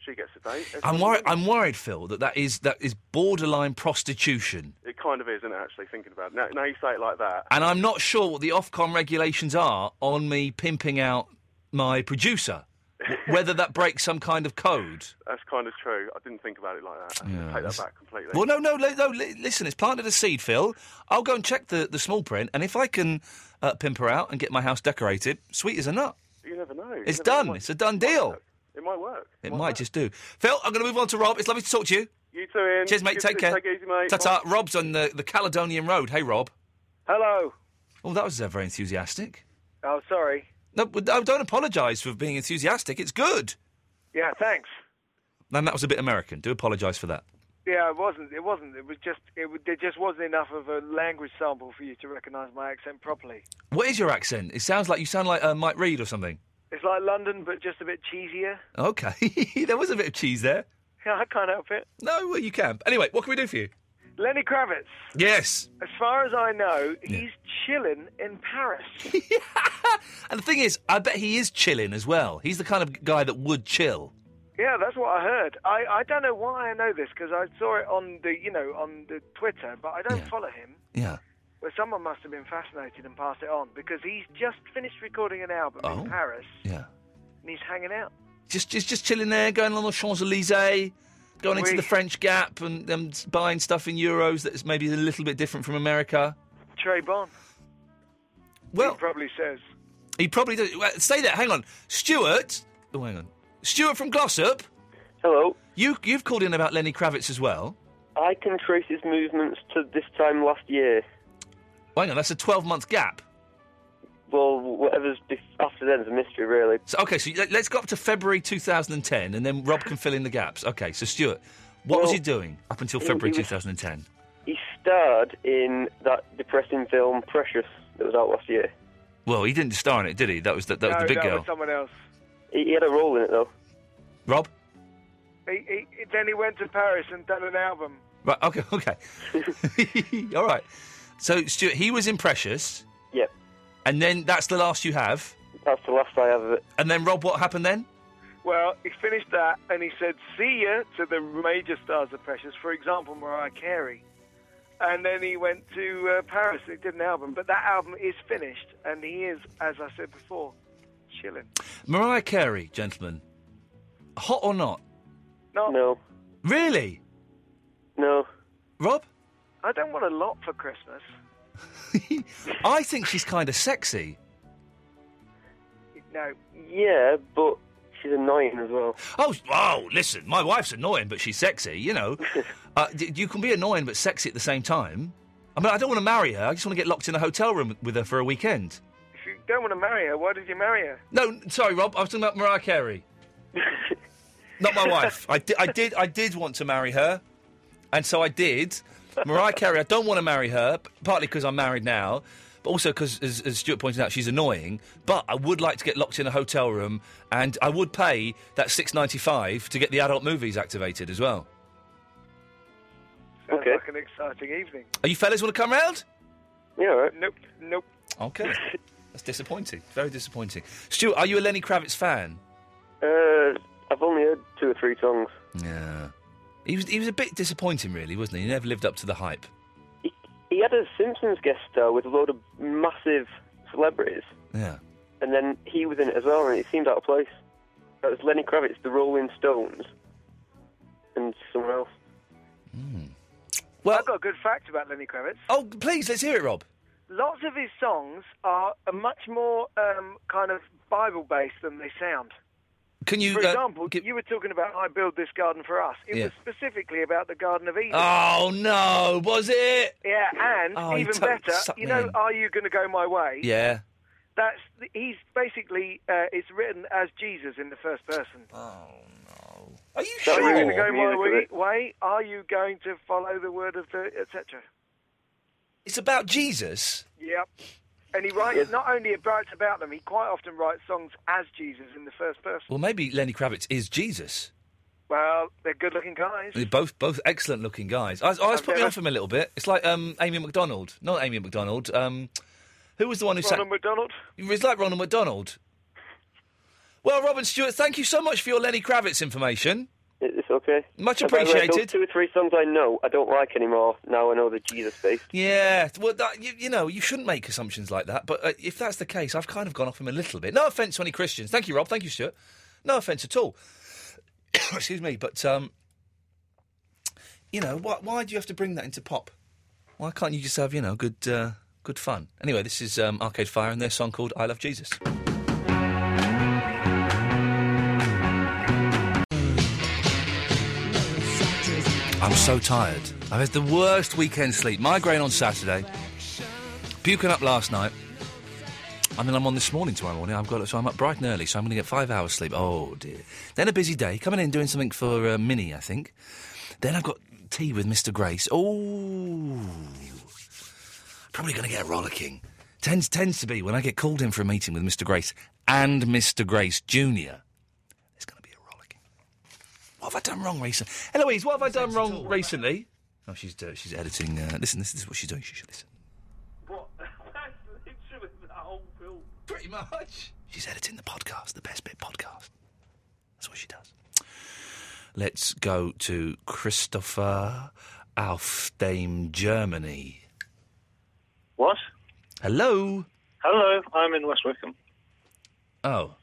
[SPEAKER 11] She gets a date.
[SPEAKER 4] I'm
[SPEAKER 11] Everything-
[SPEAKER 4] worried. I'm worried, Phil, that that is that is borderline prostitution,
[SPEAKER 11] It kind of is, isn't it, actually, thinking about it. Now, now you say it like that.
[SPEAKER 4] and I'm not sure what the Ofcom regulations are on me pimping out my producer, wh- whether that breaks some kind of code.
[SPEAKER 11] [laughs] That's kind of true. I didn't think about it like that.
[SPEAKER 4] Yeah,
[SPEAKER 11] Take that
[SPEAKER 4] that's-
[SPEAKER 11] back completely.
[SPEAKER 4] Well, no, no, li- no. li- Listen, it's planted a seed, Phil. I'll go and check the, the small print, and if I can uh, pimp her out and get my house decorated, sweet as a nut.
[SPEAKER 11] You never know. You
[SPEAKER 4] It's
[SPEAKER 11] never know.
[SPEAKER 4] done. It's a done deal.
[SPEAKER 11] It might work.
[SPEAKER 4] It might just do. Phil, I'm going to move on to Rob. It's lovely to talk to you.
[SPEAKER 11] You too, Ian.
[SPEAKER 4] Cheers, mate.
[SPEAKER 11] Good
[SPEAKER 4] Take
[SPEAKER 11] to-
[SPEAKER 4] care.
[SPEAKER 11] Take it easy, mate.
[SPEAKER 4] Ta-ta. Rob's on the, the Caledonian Road. Hey, Rob.
[SPEAKER 12] Hello.
[SPEAKER 4] Oh, that was uh, very enthusiastic.
[SPEAKER 12] Oh, sorry.
[SPEAKER 4] No, but- no don't apologise for being enthusiastic. It's good.
[SPEAKER 12] Yeah, thanks.
[SPEAKER 4] And that was a bit American. Do apologise for that.
[SPEAKER 12] Yeah, it wasn't. It wasn't. It was just. It w- there just wasn't enough of a language sample for you to recognise my accent properly.
[SPEAKER 4] What is your accent? It sounds like you sound like uh, Mike Reed or something.
[SPEAKER 12] It's like London, but just a bit cheesier. [laughs]
[SPEAKER 4] Okay. [laughs] there was a bit of cheese there.
[SPEAKER 12] Yeah, I can't help it.
[SPEAKER 4] No, well, you can. Anyway, what can we do for you?
[SPEAKER 12] Lenny Kravitz.
[SPEAKER 4] Yes.
[SPEAKER 12] As far as I know, he's chilling in Paris.
[SPEAKER 4] And the thing is, I bet he is chilling as well. He's the kind of guy that would chill.
[SPEAKER 12] Yeah, that's what I heard. I, I don't know why I know this because I saw it on the you know on the Twitter, but I don't follow him.
[SPEAKER 4] Yeah.
[SPEAKER 12] But someone must have been fascinated and passed it on because he's just finished recording an album
[SPEAKER 4] Oh.
[SPEAKER 12] in Paris
[SPEAKER 4] Yeah.
[SPEAKER 12] and he's hanging out.
[SPEAKER 4] Just just just chilling there, going along the Champs Elysees, going into
[SPEAKER 12] Oui.
[SPEAKER 4] the French Gap, and um, s- buying stuff in euros that's maybe a little bit different from America.
[SPEAKER 12] Trey Bond.
[SPEAKER 4] Well,
[SPEAKER 12] he probably says.
[SPEAKER 4] He probably does. well, Stay there. Hang on, Stuart. Oh, hang on, Stuart from Glossop.
[SPEAKER 13] Hello.
[SPEAKER 4] You you've called in about Lenny Kravitz as well.
[SPEAKER 13] I can trace his movements to this time last year.
[SPEAKER 4] Hang on, that's a twelve month gap.
[SPEAKER 13] Well, whatever's bef- after then's a mystery, really.
[SPEAKER 4] So, okay, so let- let's go up to February 2010, and then Rob can fill in the gaps. Okay, so Stuart, what was
[SPEAKER 13] Well,
[SPEAKER 4] he doing up until
[SPEAKER 13] he-
[SPEAKER 4] February
[SPEAKER 13] he was-
[SPEAKER 4] 2010?
[SPEAKER 13] He starred in that depressing film Precious that was out last year.
[SPEAKER 4] Well, he didn't star in it, did he? That was the, that
[SPEAKER 12] no,
[SPEAKER 4] was the big
[SPEAKER 12] that
[SPEAKER 4] girl.
[SPEAKER 12] was someone else.
[SPEAKER 13] He, he had a role in it though.
[SPEAKER 4] Rob.
[SPEAKER 12] He, he, then he went to Paris and done an album.
[SPEAKER 4] Right. Okay. [laughs] Okay. [laughs] All right. So Stuart, he was in Precious.
[SPEAKER 13] Yep.
[SPEAKER 4] And then that's the last you have.
[SPEAKER 13] That's the last I have of it.
[SPEAKER 4] And then Rob, what happened then?
[SPEAKER 12] Well, he finished that and he said, "See ya" to the major stars of Precious, for example, Mariah Carey. And then he went to uh, Paris and he did an album, but that album is finished, and he is, as I said before, chilling.
[SPEAKER 4] Mariah Carey, gentlemen. Hot or not?
[SPEAKER 12] No.
[SPEAKER 13] No.
[SPEAKER 4] Really?
[SPEAKER 13] No.
[SPEAKER 4] Rob?
[SPEAKER 12] I don't want a lot for Christmas.
[SPEAKER 4] I think she's kind of sexy.
[SPEAKER 12] No.
[SPEAKER 13] Yeah, but she's annoying as well.
[SPEAKER 4] Oh, oh, listen, my wife's annoying, but she's sexy, you know. uh, d- you can be annoying but sexy at the same time. I mean, I don't want to marry her. I just want to get locked in a hotel room with her for a weekend.
[SPEAKER 12] If you don't want to marry her, why did you marry her?
[SPEAKER 4] No, n- sorry, Rob. I was talking about Mariah Carey. Not my wife. I, di- I did. I did want to marry her, and so I did. Mariah Carey. I don't want to marry her, p- partly because I'm married now, but also because, as, as Stuart pointed out, she's annoying. But I would like to get locked in a hotel room, and I would pay that six ninety five to get the adult movies activated as well.
[SPEAKER 12] Sounds like an exciting evening.
[SPEAKER 4] Are you fellas want to come round?
[SPEAKER 13] Yeah.
[SPEAKER 12] Nope. Nope.
[SPEAKER 4] Okay. That's disappointing. Very disappointing. Stuart, are you a Lenny Kravitz fan?
[SPEAKER 13] Uh, I've only heard two or three songs.
[SPEAKER 4] Yeah. He was he was a bit disappointing, really, wasn't he? He never lived up to the hype.
[SPEAKER 13] He had a Simpsons guest star with a load of massive celebrities,
[SPEAKER 4] Yeah.
[SPEAKER 13] and then he was in it as well, and it seemed out of place. That was Lenny Kravitz, the Rolling Stones, and someone else.
[SPEAKER 4] Hmm. Well,
[SPEAKER 12] I've got a good fact about Lenny Kravitz.
[SPEAKER 4] Oh, please, let's hear it, Rob.
[SPEAKER 12] Lots of his songs are uh, much more um, kind of Bible based than they sound.
[SPEAKER 4] Can you?
[SPEAKER 12] For
[SPEAKER 4] uh,
[SPEAKER 12] example, you were talking about I Build This Garden for Us. It
[SPEAKER 4] Yeah.
[SPEAKER 12] was specifically about the Garden of Eden.
[SPEAKER 4] Oh no, was it?
[SPEAKER 12] Yeah, and
[SPEAKER 4] Oh, you
[SPEAKER 12] even
[SPEAKER 4] totally
[SPEAKER 12] better,
[SPEAKER 4] sucked
[SPEAKER 12] you
[SPEAKER 4] me
[SPEAKER 12] know,
[SPEAKER 4] in.
[SPEAKER 12] Are You Going to Go My Way?
[SPEAKER 4] Yeah.
[SPEAKER 12] That's he's basically uh, it's written as Jesus in the first person.
[SPEAKER 4] Oh
[SPEAKER 12] no!
[SPEAKER 4] Are you
[SPEAKER 12] Are you going to
[SPEAKER 4] sure?
[SPEAKER 12] go my way,
[SPEAKER 4] Music
[SPEAKER 12] way? Are you going to follow the word of the etc.
[SPEAKER 4] It's about Jesus.
[SPEAKER 12] Yep. And he writes not only writes about them, he quite often writes songs as Jesus in the first person.
[SPEAKER 4] Well, maybe Lenny Kravitz is Jesus.
[SPEAKER 12] Well, they're good-looking guys.
[SPEAKER 4] They're both both excellent looking guys. I, always put me
[SPEAKER 12] never-
[SPEAKER 4] off him a little bit. It's like um, Amy McDonald, not Amy McDonald. Um, who was the one who sang?
[SPEAKER 12] Ronald McDonald.
[SPEAKER 4] It was like Ronald McDonald. Well, Robin Stewart, thank you so much for your Lenny Kravitz information.
[SPEAKER 13] It- It's okay.
[SPEAKER 4] Much
[SPEAKER 13] And by the way,
[SPEAKER 4] appreciated.
[SPEAKER 13] those two or three songs I know I don't like anymore. Now I know the Jesus based.
[SPEAKER 4] Yeah, well, that, you, you know, you shouldn't make assumptions like that. But uh, if that's the case, I've kind of gone off him a little bit. No offence to any Christians. Thank you, Rob. Thank you, Stuart. No offence at all. [coughs] Excuse me, but um, you know, why, why do you have to bring that into pop? Why can't you just have you know good uh, good fun? Anyway, this is um, Arcade Fire and their song called "I Love Jesus." I'm so tired. I've had the worst weekend sleep. Migraine on Saturday. Puking up last night. And then I'm on this morning tomorrow morning. I've got so I'm up bright and early, so I'm going to get five hours sleep. Oh dear. Then a busy day, coming in doing something for uh, Minnie, I think. Then I've got tea with Mr. Grace. Oh, probably going to get a rollicking. Tends tends to be when I get called in for a meeting with Mr. Grace and Mr. Grace Junior. What have I done wrong recently? Eloise, what have I done wrong recently? Oh, she's uh, she's editing. Uh, listen, this, this is what she's doing. She should listen.
[SPEAKER 10] What? [laughs] That's literally the whole film.
[SPEAKER 4] Pretty much. She's editing the podcast, the best bit podcast. That's what she does. Let's go to Christopher Alfdame, Germany.
[SPEAKER 14] What?
[SPEAKER 4] Hello.
[SPEAKER 14] Hello, I'm in West Wickham.
[SPEAKER 4] Oh,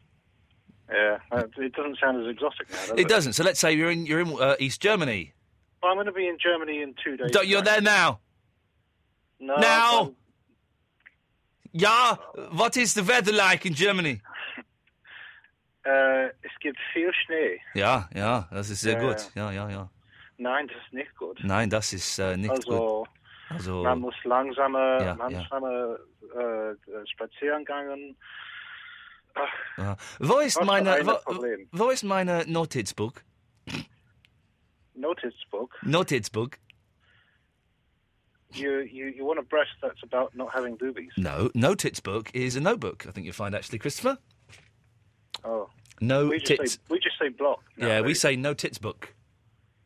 [SPEAKER 14] Yeah, uh, it doesn't sound as exotic now, does it?
[SPEAKER 4] it doesn't. So let's say you're in you're in uh, East Germany.
[SPEAKER 14] Well, I'm going to be in Germany in two days.
[SPEAKER 4] Don't- You're there now.
[SPEAKER 14] No,
[SPEAKER 4] now. Yeah. What is the weather like in Germany?
[SPEAKER 14] Äh, es gibt viel Schnee.
[SPEAKER 4] Yeah, yeah. uh, Das ist sehr
[SPEAKER 14] Ja,
[SPEAKER 4] gut. Ja, ja, ja.
[SPEAKER 14] Nein, das ist nicht gut.
[SPEAKER 4] Nein, das ist äh, nicht
[SPEAKER 14] also,
[SPEAKER 4] gut. Also,
[SPEAKER 14] man muss langsame,
[SPEAKER 4] Ja,
[SPEAKER 14] langsame Äh, spazieren gehen.
[SPEAKER 4] ja. uh, wo ist
[SPEAKER 14] Was für
[SPEAKER 4] meine
[SPEAKER 14] ein
[SPEAKER 4] wo,
[SPEAKER 14] Problem.
[SPEAKER 4] wo ist meine Notizbuch?
[SPEAKER 14] Notizbook.
[SPEAKER 4] Notizbuch.
[SPEAKER 14] you, you, you want a breast that's about not having boobies.
[SPEAKER 4] No, no tits book is a notebook. I think you'll find actually, Christopher.
[SPEAKER 14] Oh.
[SPEAKER 4] No
[SPEAKER 14] we just
[SPEAKER 4] tits.
[SPEAKER 14] Say, we just say block.
[SPEAKER 4] yeah, we say no tits book.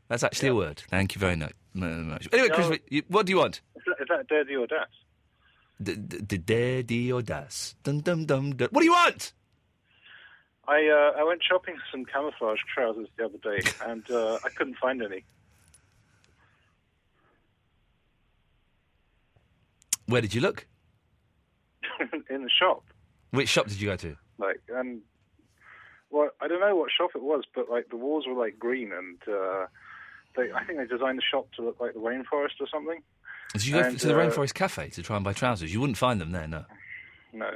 [SPEAKER 4] That's actually a word. Thank you very nu- very much. Anyway,
[SPEAKER 14] No.
[SPEAKER 4] Christopher, you, what do you want?
[SPEAKER 14] Is that, is that dirty or das?
[SPEAKER 4] D- d- d- dare de or das. Dum dum dum dum. What do you want?
[SPEAKER 14] I uh, I went shopping for some camouflage trousers the other day, and uh, I couldn't find any. [laughs]
[SPEAKER 4] Where did you look?
[SPEAKER 14] in the shop.
[SPEAKER 4] Which shop did you go to?
[SPEAKER 14] Like, and well, I don't know what shop it was, but like the walls were like green, and uh, they I think they designed the shop to look like the rainforest or something.
[SPEAKER 4] Did you go
[SPEAKER 14] And,
[SPEAKER 4] to the
[SPEAKER 14] uh,
[SPEAKER 4] Rainforest Cafe to try and buy trousers? You wouldn't find them there, no.
[SPEAKER 14] No.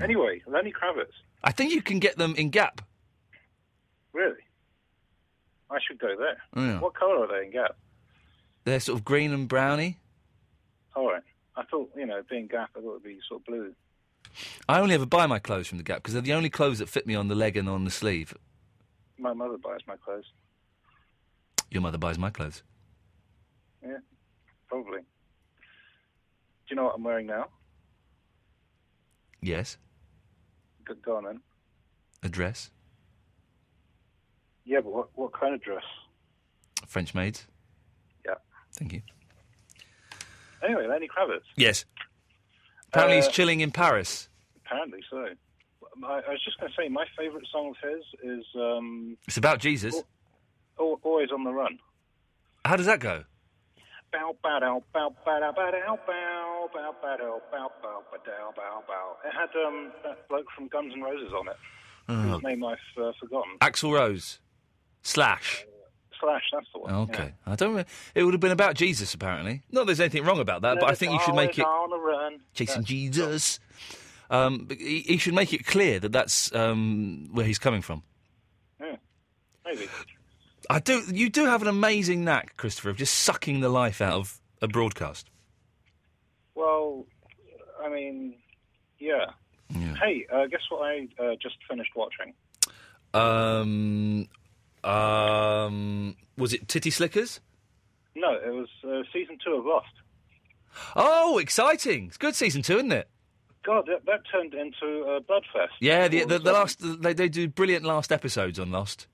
[SPEAKER 14] Anyway, Lenny Kravitz.
[SPEAKER 4] I think you can get them in Gap.
[SPEAKER 14] Really? I should go there.
[SPEAKER 4] Oh, Yeah.
[SPEAKER 14] What colour are they in Gap?
[SPEAKER 4] They're sort of green and browny.
[SPEAKER 14] All right. I thought, you know, being Gap, I thought it would be sort of blue.
[SPEAKER 4] I only ever buy my clothes from the Gap because they're the only clothes that fit me on the leg and on the sleeve.
[SPEAKER 14] My mother buys my clothes.
[SPEAKER 4] Your mother buys my clothes.
[SPEAKER 14] Yeah, probably. Do you know what I'm wearing now?
[SPEAKER 4] Yes.
[SPEAKER 14] Go- Go on then.
[SPEAKER 4] A dress.
[SPEAKER 14] Yeah, but what, what kind of dress?
[SPEAKER 4] French maids.
[SPEAKER 14] Yeah.
[SPEAKER 4] Thank you.
[SPEAKER 14] Anyway, Lenny Kravitz.
[SPEAKER 4] Yes. Apparently
[SPEAKER 14] Uh,
[SPEAKER 4] he's chilling in Paris.
[SPEAKER 14] Apparently so. I, I was just going to say, my favourite song of his is um,
[SPEAKER 4] It's about Jesus.
[SPEAKER 14] Al- Always on the Run.
[SPEAKER 4] How does that go?
[SPEAKER 14] Bow, bow, dow, bow, bow, dow, bow, dow, bow, bow, bow, dow, bow, bow, bow, dow, bow, bow. It had um, that bloke from Guns N' Roses on it,
[SPEAKER 4] Oh.
[SPEAKER 14] whose name I've uh, forgotten.
[SPEAKER 4] Axel Rose. Slash.
[SPEAKER 14] Slash, that's the one.
[SPEAKER 4] Okay. I don't re- It would have been about Jesus, apparently. Not that there's anything wrong about that, Uh, but I think you should make
[SPEAKER 14] Always
[SPEAKER 4] it.
[SPEAKER 14] on the run.
[SPEAKER 4] Chasing Jesus. Um, but he, he should make it clear that that's um, where he's coming from.
[SPEAKER 14] Yeah, maybe.
[SPEAKER 4] I do. You do have an amazing knack, Christopher, of just sucking the life out of a broadcast.
[SPEAKER 14] Well, I mean, yeah. Hey, uh, guess what I uh, just finished watching?
[SPEAKER 4] Um, um, was it Titty Slickers?
[SPEAKER 14] No, it was uh, season two of Lost.
[SPEAKER 4] Oh, exciting! It's good season two, isn't it?
[SPEAKER 14] God, that, that turned into uh, Um, a bloodfest.
[SPEAKER 4] Yeah, the
[SPEAKER 14] All
[SPEAKER 4] the,
[SPEAKER 14] of a
[SPEAKER 4] the
[SPEAKER 14] sudden.
[SPEAKER 4] last they, they do brilliant last episodes on Lost.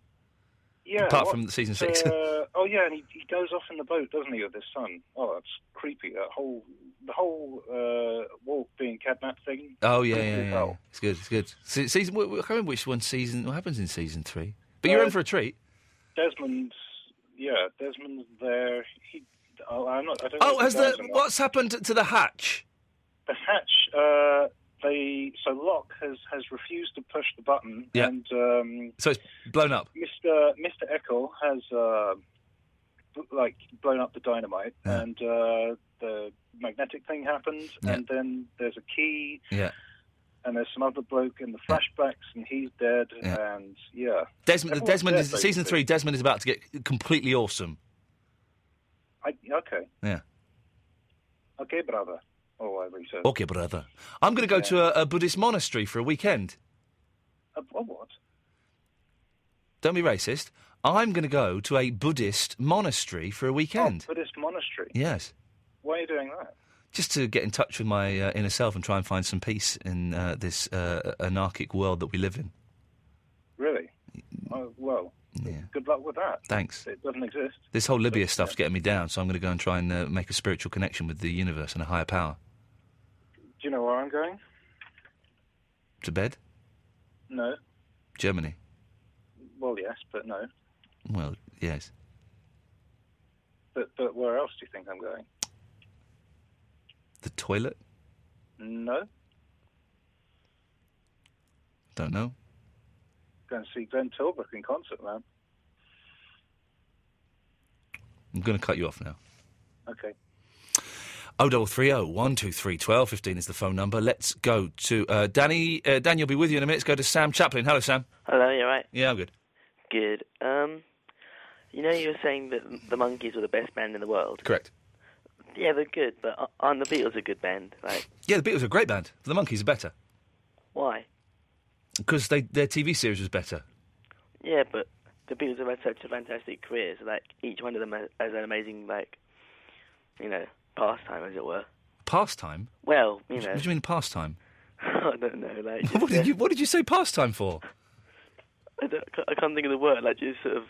[SPEAKER 14] Yeah,
[SPEAKER 4] apart
[SPEAKER 14] what-
[SPEAKER 4] from season six. [laughs]
[SPEAKER 14] Uh, oh yeah, and he, he goes off in the boat, doesn't he, with his son? Oh, that's creepy. That whole the whole uh, Walt being kidnapped thing.
[SPEAKER 4] Oh yeah,
[SPEAKER 14] Creepy
[SPEAKER 4] yeah,
[SPEAKER 14] as
[SPEAKER 4] yeah.
[SPEAKER 14] hell.
[SPEAKER 4] It's good. It's good. Se- season. I can't remember which one season. What happens in season three? But you're
[SPEAKER 14] Uh,
[SPEAKER 4] in for a treat.
[SPEAKER 14] Desmond's yeah, Desmond's there. He, oh, I'm not. I don't know
[SPEAKER 4] Oh,
[SPEAKER 14] if
[SPEAKER 4] has
[SPEAKER 14] he dies
[SPEAKER 4] the
[SPEAKER 14] or not.
[SPEAKER 4] what's happened to the hatch?
[SPEAKER 14] the hatch? Uh, they so Locke has has refused to push the button,
[SPEAKER 4] Yeah.
[SPEAKER 14] and um,
[SPEAKER 4] So it's blown up.
[SPEAKER 14] Mr. Mr. Eckel has uh, bl- like blown up the dynamite,
[SPEAKER 4] Yeah.
[SPEAKER 14] and uh, the magnetic thing happens,
[SPEAKER 4] Yeah.
[SPEAKER 14] and then there's a key,
[SPEAKER 4] Yeah.
[SPEAKER 14] and there's some other bloke in the flashbacks, and he's dead,
[SPEAKER 4] Yeah.
[SPEAKER 14] and yeah.
[SPEAKER 4] Desmond.
[SPEAKER 14] Everyone's
[SPEAKER 4] Desmond
[SPEAKER 14] dead,
[SPEAKER 4] is season
[SPEAKER 14] basically.
[SPEAKER 4] three. Desmond is about to get completely awesome.
[SPEAKER 14] I, okay,
[SPEAKER 4] Yeah.
[SPEAKER 14] okay, brother, or whatever he says.
[SPEAKER 4] Okay, brother. I'm going to go to a, a Buddhist monastery for a weekend.
[SPEAKER 14] Uh, oh, what?
[SPEAKER 4] Don't be racist. I'm going to go to a Buddhist monastery for a weekend.
[SPEAKER 14] Oh, Buddhist monastery.
[SPEAKER 4] Yes.
[SPEAKER 14] Why are you doing that?
[SPEAKER 4] Just to get in touch with my uh, inner self and try and find some peace in uh, this uh, anarchic world that we live in.
[SPEAKER 14] Really? Oh, well, good luck with that.
[SPEAKER 4] Thanks.
[SPEAKER 14] It doesn't exist.
[SPEAKER 4] This whole Libya stuff's getting me down, so I'm going to go and try and uh, make a spiritual connection with the universe and a higher power.
[SPEAKER 14] Do you know where I'm going?
[SPEAKER 4] To bed?
[SPEAKER 14] No.
[SPEAKER 4] Germany.
[SPEAKER 14] Well, yes, but no.
[SPEAKER 4] Well, yes.
[SPEAKER 14] But but where else do you think I'm going?
[SPEAKER 4] The toilet?
[SPEAKER 14] No.
[SPEAKER 4] Don't know.
[SPEAKER 14] Going to see Glenn Tilbrook in concert, man.
[SPEAKER 4] I'm going to cut you off now.
[SPEAKER 14] Okay.
[SPEAKER 4] Oh, double three oh one two three twelve fifteen is the phone number. Let's go to uh, Danny. Uh, Danny will be with you in a minute. Let's go to Sam Chaplin. Hello, Sam.
[SPEAKER 15] Hello, you alright?
[SPEAKER 4] Yeah, I'm good.
[SPEAKER 15] Good. Um, you know you were saying that the Monkeys were the best band in the world.
[SPEAKER 4] Correct.
[SPEAKER 15] Yeah, they're good, but a- aren't the Beatles a good band? Like,
[SPEAKER 4] Yeah, the Beatles are a great band. The Monkeys are better
[SPEAKER 15] why?
[SPEAKER 4] because they, their TV series was better.
[SPEAKER 15] Yeah, but the Beatles have had such a fantastic career, so like each one of them has has an amazing like, you know, pastime, as it were.
[SPEAKER 4] Pastime?
[SPEAKER 15] Well, you
[SPEAKER 4] What do-
[SPEAKER 15] know.
[SPEAKER 4] What do you mean pastime?
[SPEAKER 15] [laughs] I don't know. Like,
[SPEAKER 4] What did you What did you say pastime for?
[SPEAKER 15] I, don't, I can't think of the word. Like just sort of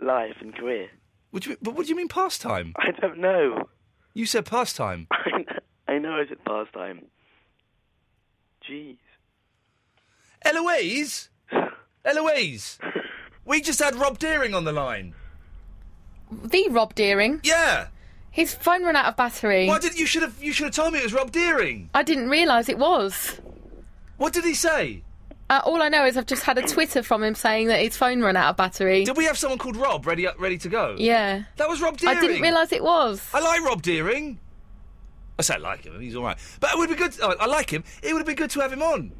[SPEAKER 15] life and career.
[SPEAKER 4] What do you, but what do you mean pastime?
[SPEAKER 15] I don't know.
[SPEAKER 4] You said pastime.
[SPEAKER 15] [laughs] I know I said pastime. Jeez. [sighs]
[SPEAKER 4] Eloise, Eloise, we just had Rob Deering on the line.
[SPEAKER 8] The Rob Deering.
[SPEAKER 4] Yeah.
[SPEAKER 8] His phone ran out of battery.
[SPEAKER 4] Why did you should have you should have told me it was Rob Deering?
[SPEAKER 8] I didn't realise it was.
[SPEAKER 4] What did he say?
[SPEAKER 8] Uh, all I know is I've just had a Twitter from him saying that his phone ran out of battery.
[SPEAKER 4] Did we have someone called Rob ready up, ready to go?
[SPEAKER 8] Yeah.
[SPEAKER 4] That was Rob
[SPEAKER 8] I
[SPEAKER 4] Deering.
[SPEAKER 8] didn't realise it was.
[SPEAKER 4] I like Rob Deering. I say I like him. He's all right, but it would be good. oh, I like him. It would have been good to have him on.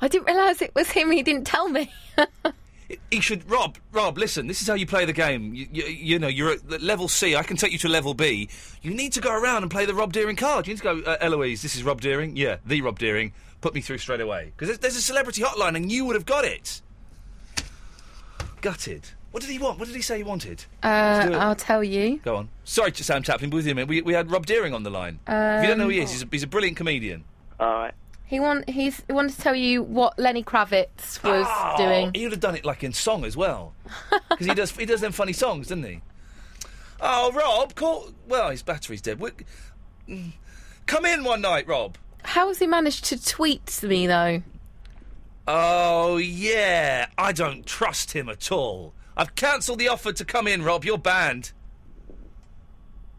[SPEAKER 8] I didn't realise it was him. He didn't tell me. [laughs] Uh,
[SPEAKER 4] He should, Rob. Rob, listen. This is how you play the game. You, you, you know, you're at level C. I can take you to level B. You need to go around and play the Rob Deering card. You need to go, uh, Eloise. This is Rob Deering. Yeah, the Rob Deering. Put me through straight away because there's, there's a celebrity hotline, and you would have got it. Gutted. What did he want? What did he say he wanted?
[SPEAKER 8] Uh,
[SPEAKER 4] do it.
[SPEAKER 8] I'll tell you.
[SPEAKER 4] Go on. Sorry, to Sam Chaplin, but with him, we, we had Rob Deering on the line. if you don't know who he is, he's a, he's a brilliant comedian.
[SPEAKER 15] Um, All right.
[SPEAKER 8] He want he's he wanted to tell you what Lenny Kravitz was
[SPEAKER 4] Ah.
[SPEAKER 8] doing.
[SPEAKER 4] Oh, He would have done it like in song
[SPEAKER 8] [laughs]
[SPEAKER 4] as well, because he does he does them funny songs, doesn't he? Oh, Rob, call. Well, his battery's dead. We, mm. come in one night, Rob.
[SPEAKER 8] How has he managed to tweet to me though?
[SPEAKER 4] Oh yeah, I don't trust him at all. I've cancelled the offer to come in, Rob. You're banned.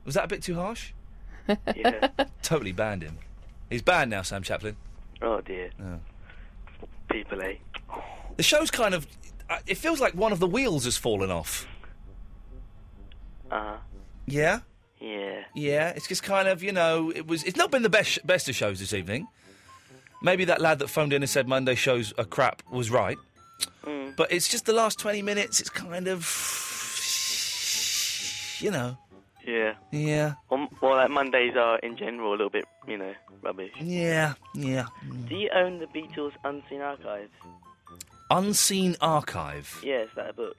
[SPEAKER 4] Was that a bit too harsh?
[SPEAKER 15] Yeah.
[SPEAKER 4] [laughs] totally banned him. He's banned now, Sam Chaplin.
[SPEAKER 15] Oh dear.
[SPEAKER 4] Yeah.
[SPEAKER 15] People, eh?
[SPEAKER 4] The show's kind of. uh, It feels like one of the wheels has fallen off.
[SPEAKER 15] Uh,
[SPEAKER 4] Yeah.
[SPEAKER 15] yeah.
[SPEAKER 4] Yeah, it's just kind of you know it was. It's not been the best best of shows this evening. Maybe that lad that phoned in and said Monday shows are crap was right,
[SPEAKER 15] Mm.
[SPEAKER 4] but it's just the last twenty minutes. It's kind of you know
[SPEAKER 15] Yeah.
[SPEAKER 4] yeah
[SPEAKER 15] Well, well, like Mondays are in general a little bit, you know, rubbish.
[SPEAKER 4] yeah yeah
[SPEAKER 15] Do you own the Beatles' Unseen Archives?
[SPEAKER 4] unseen archive.
[SPEAKER 15] Yes, that book.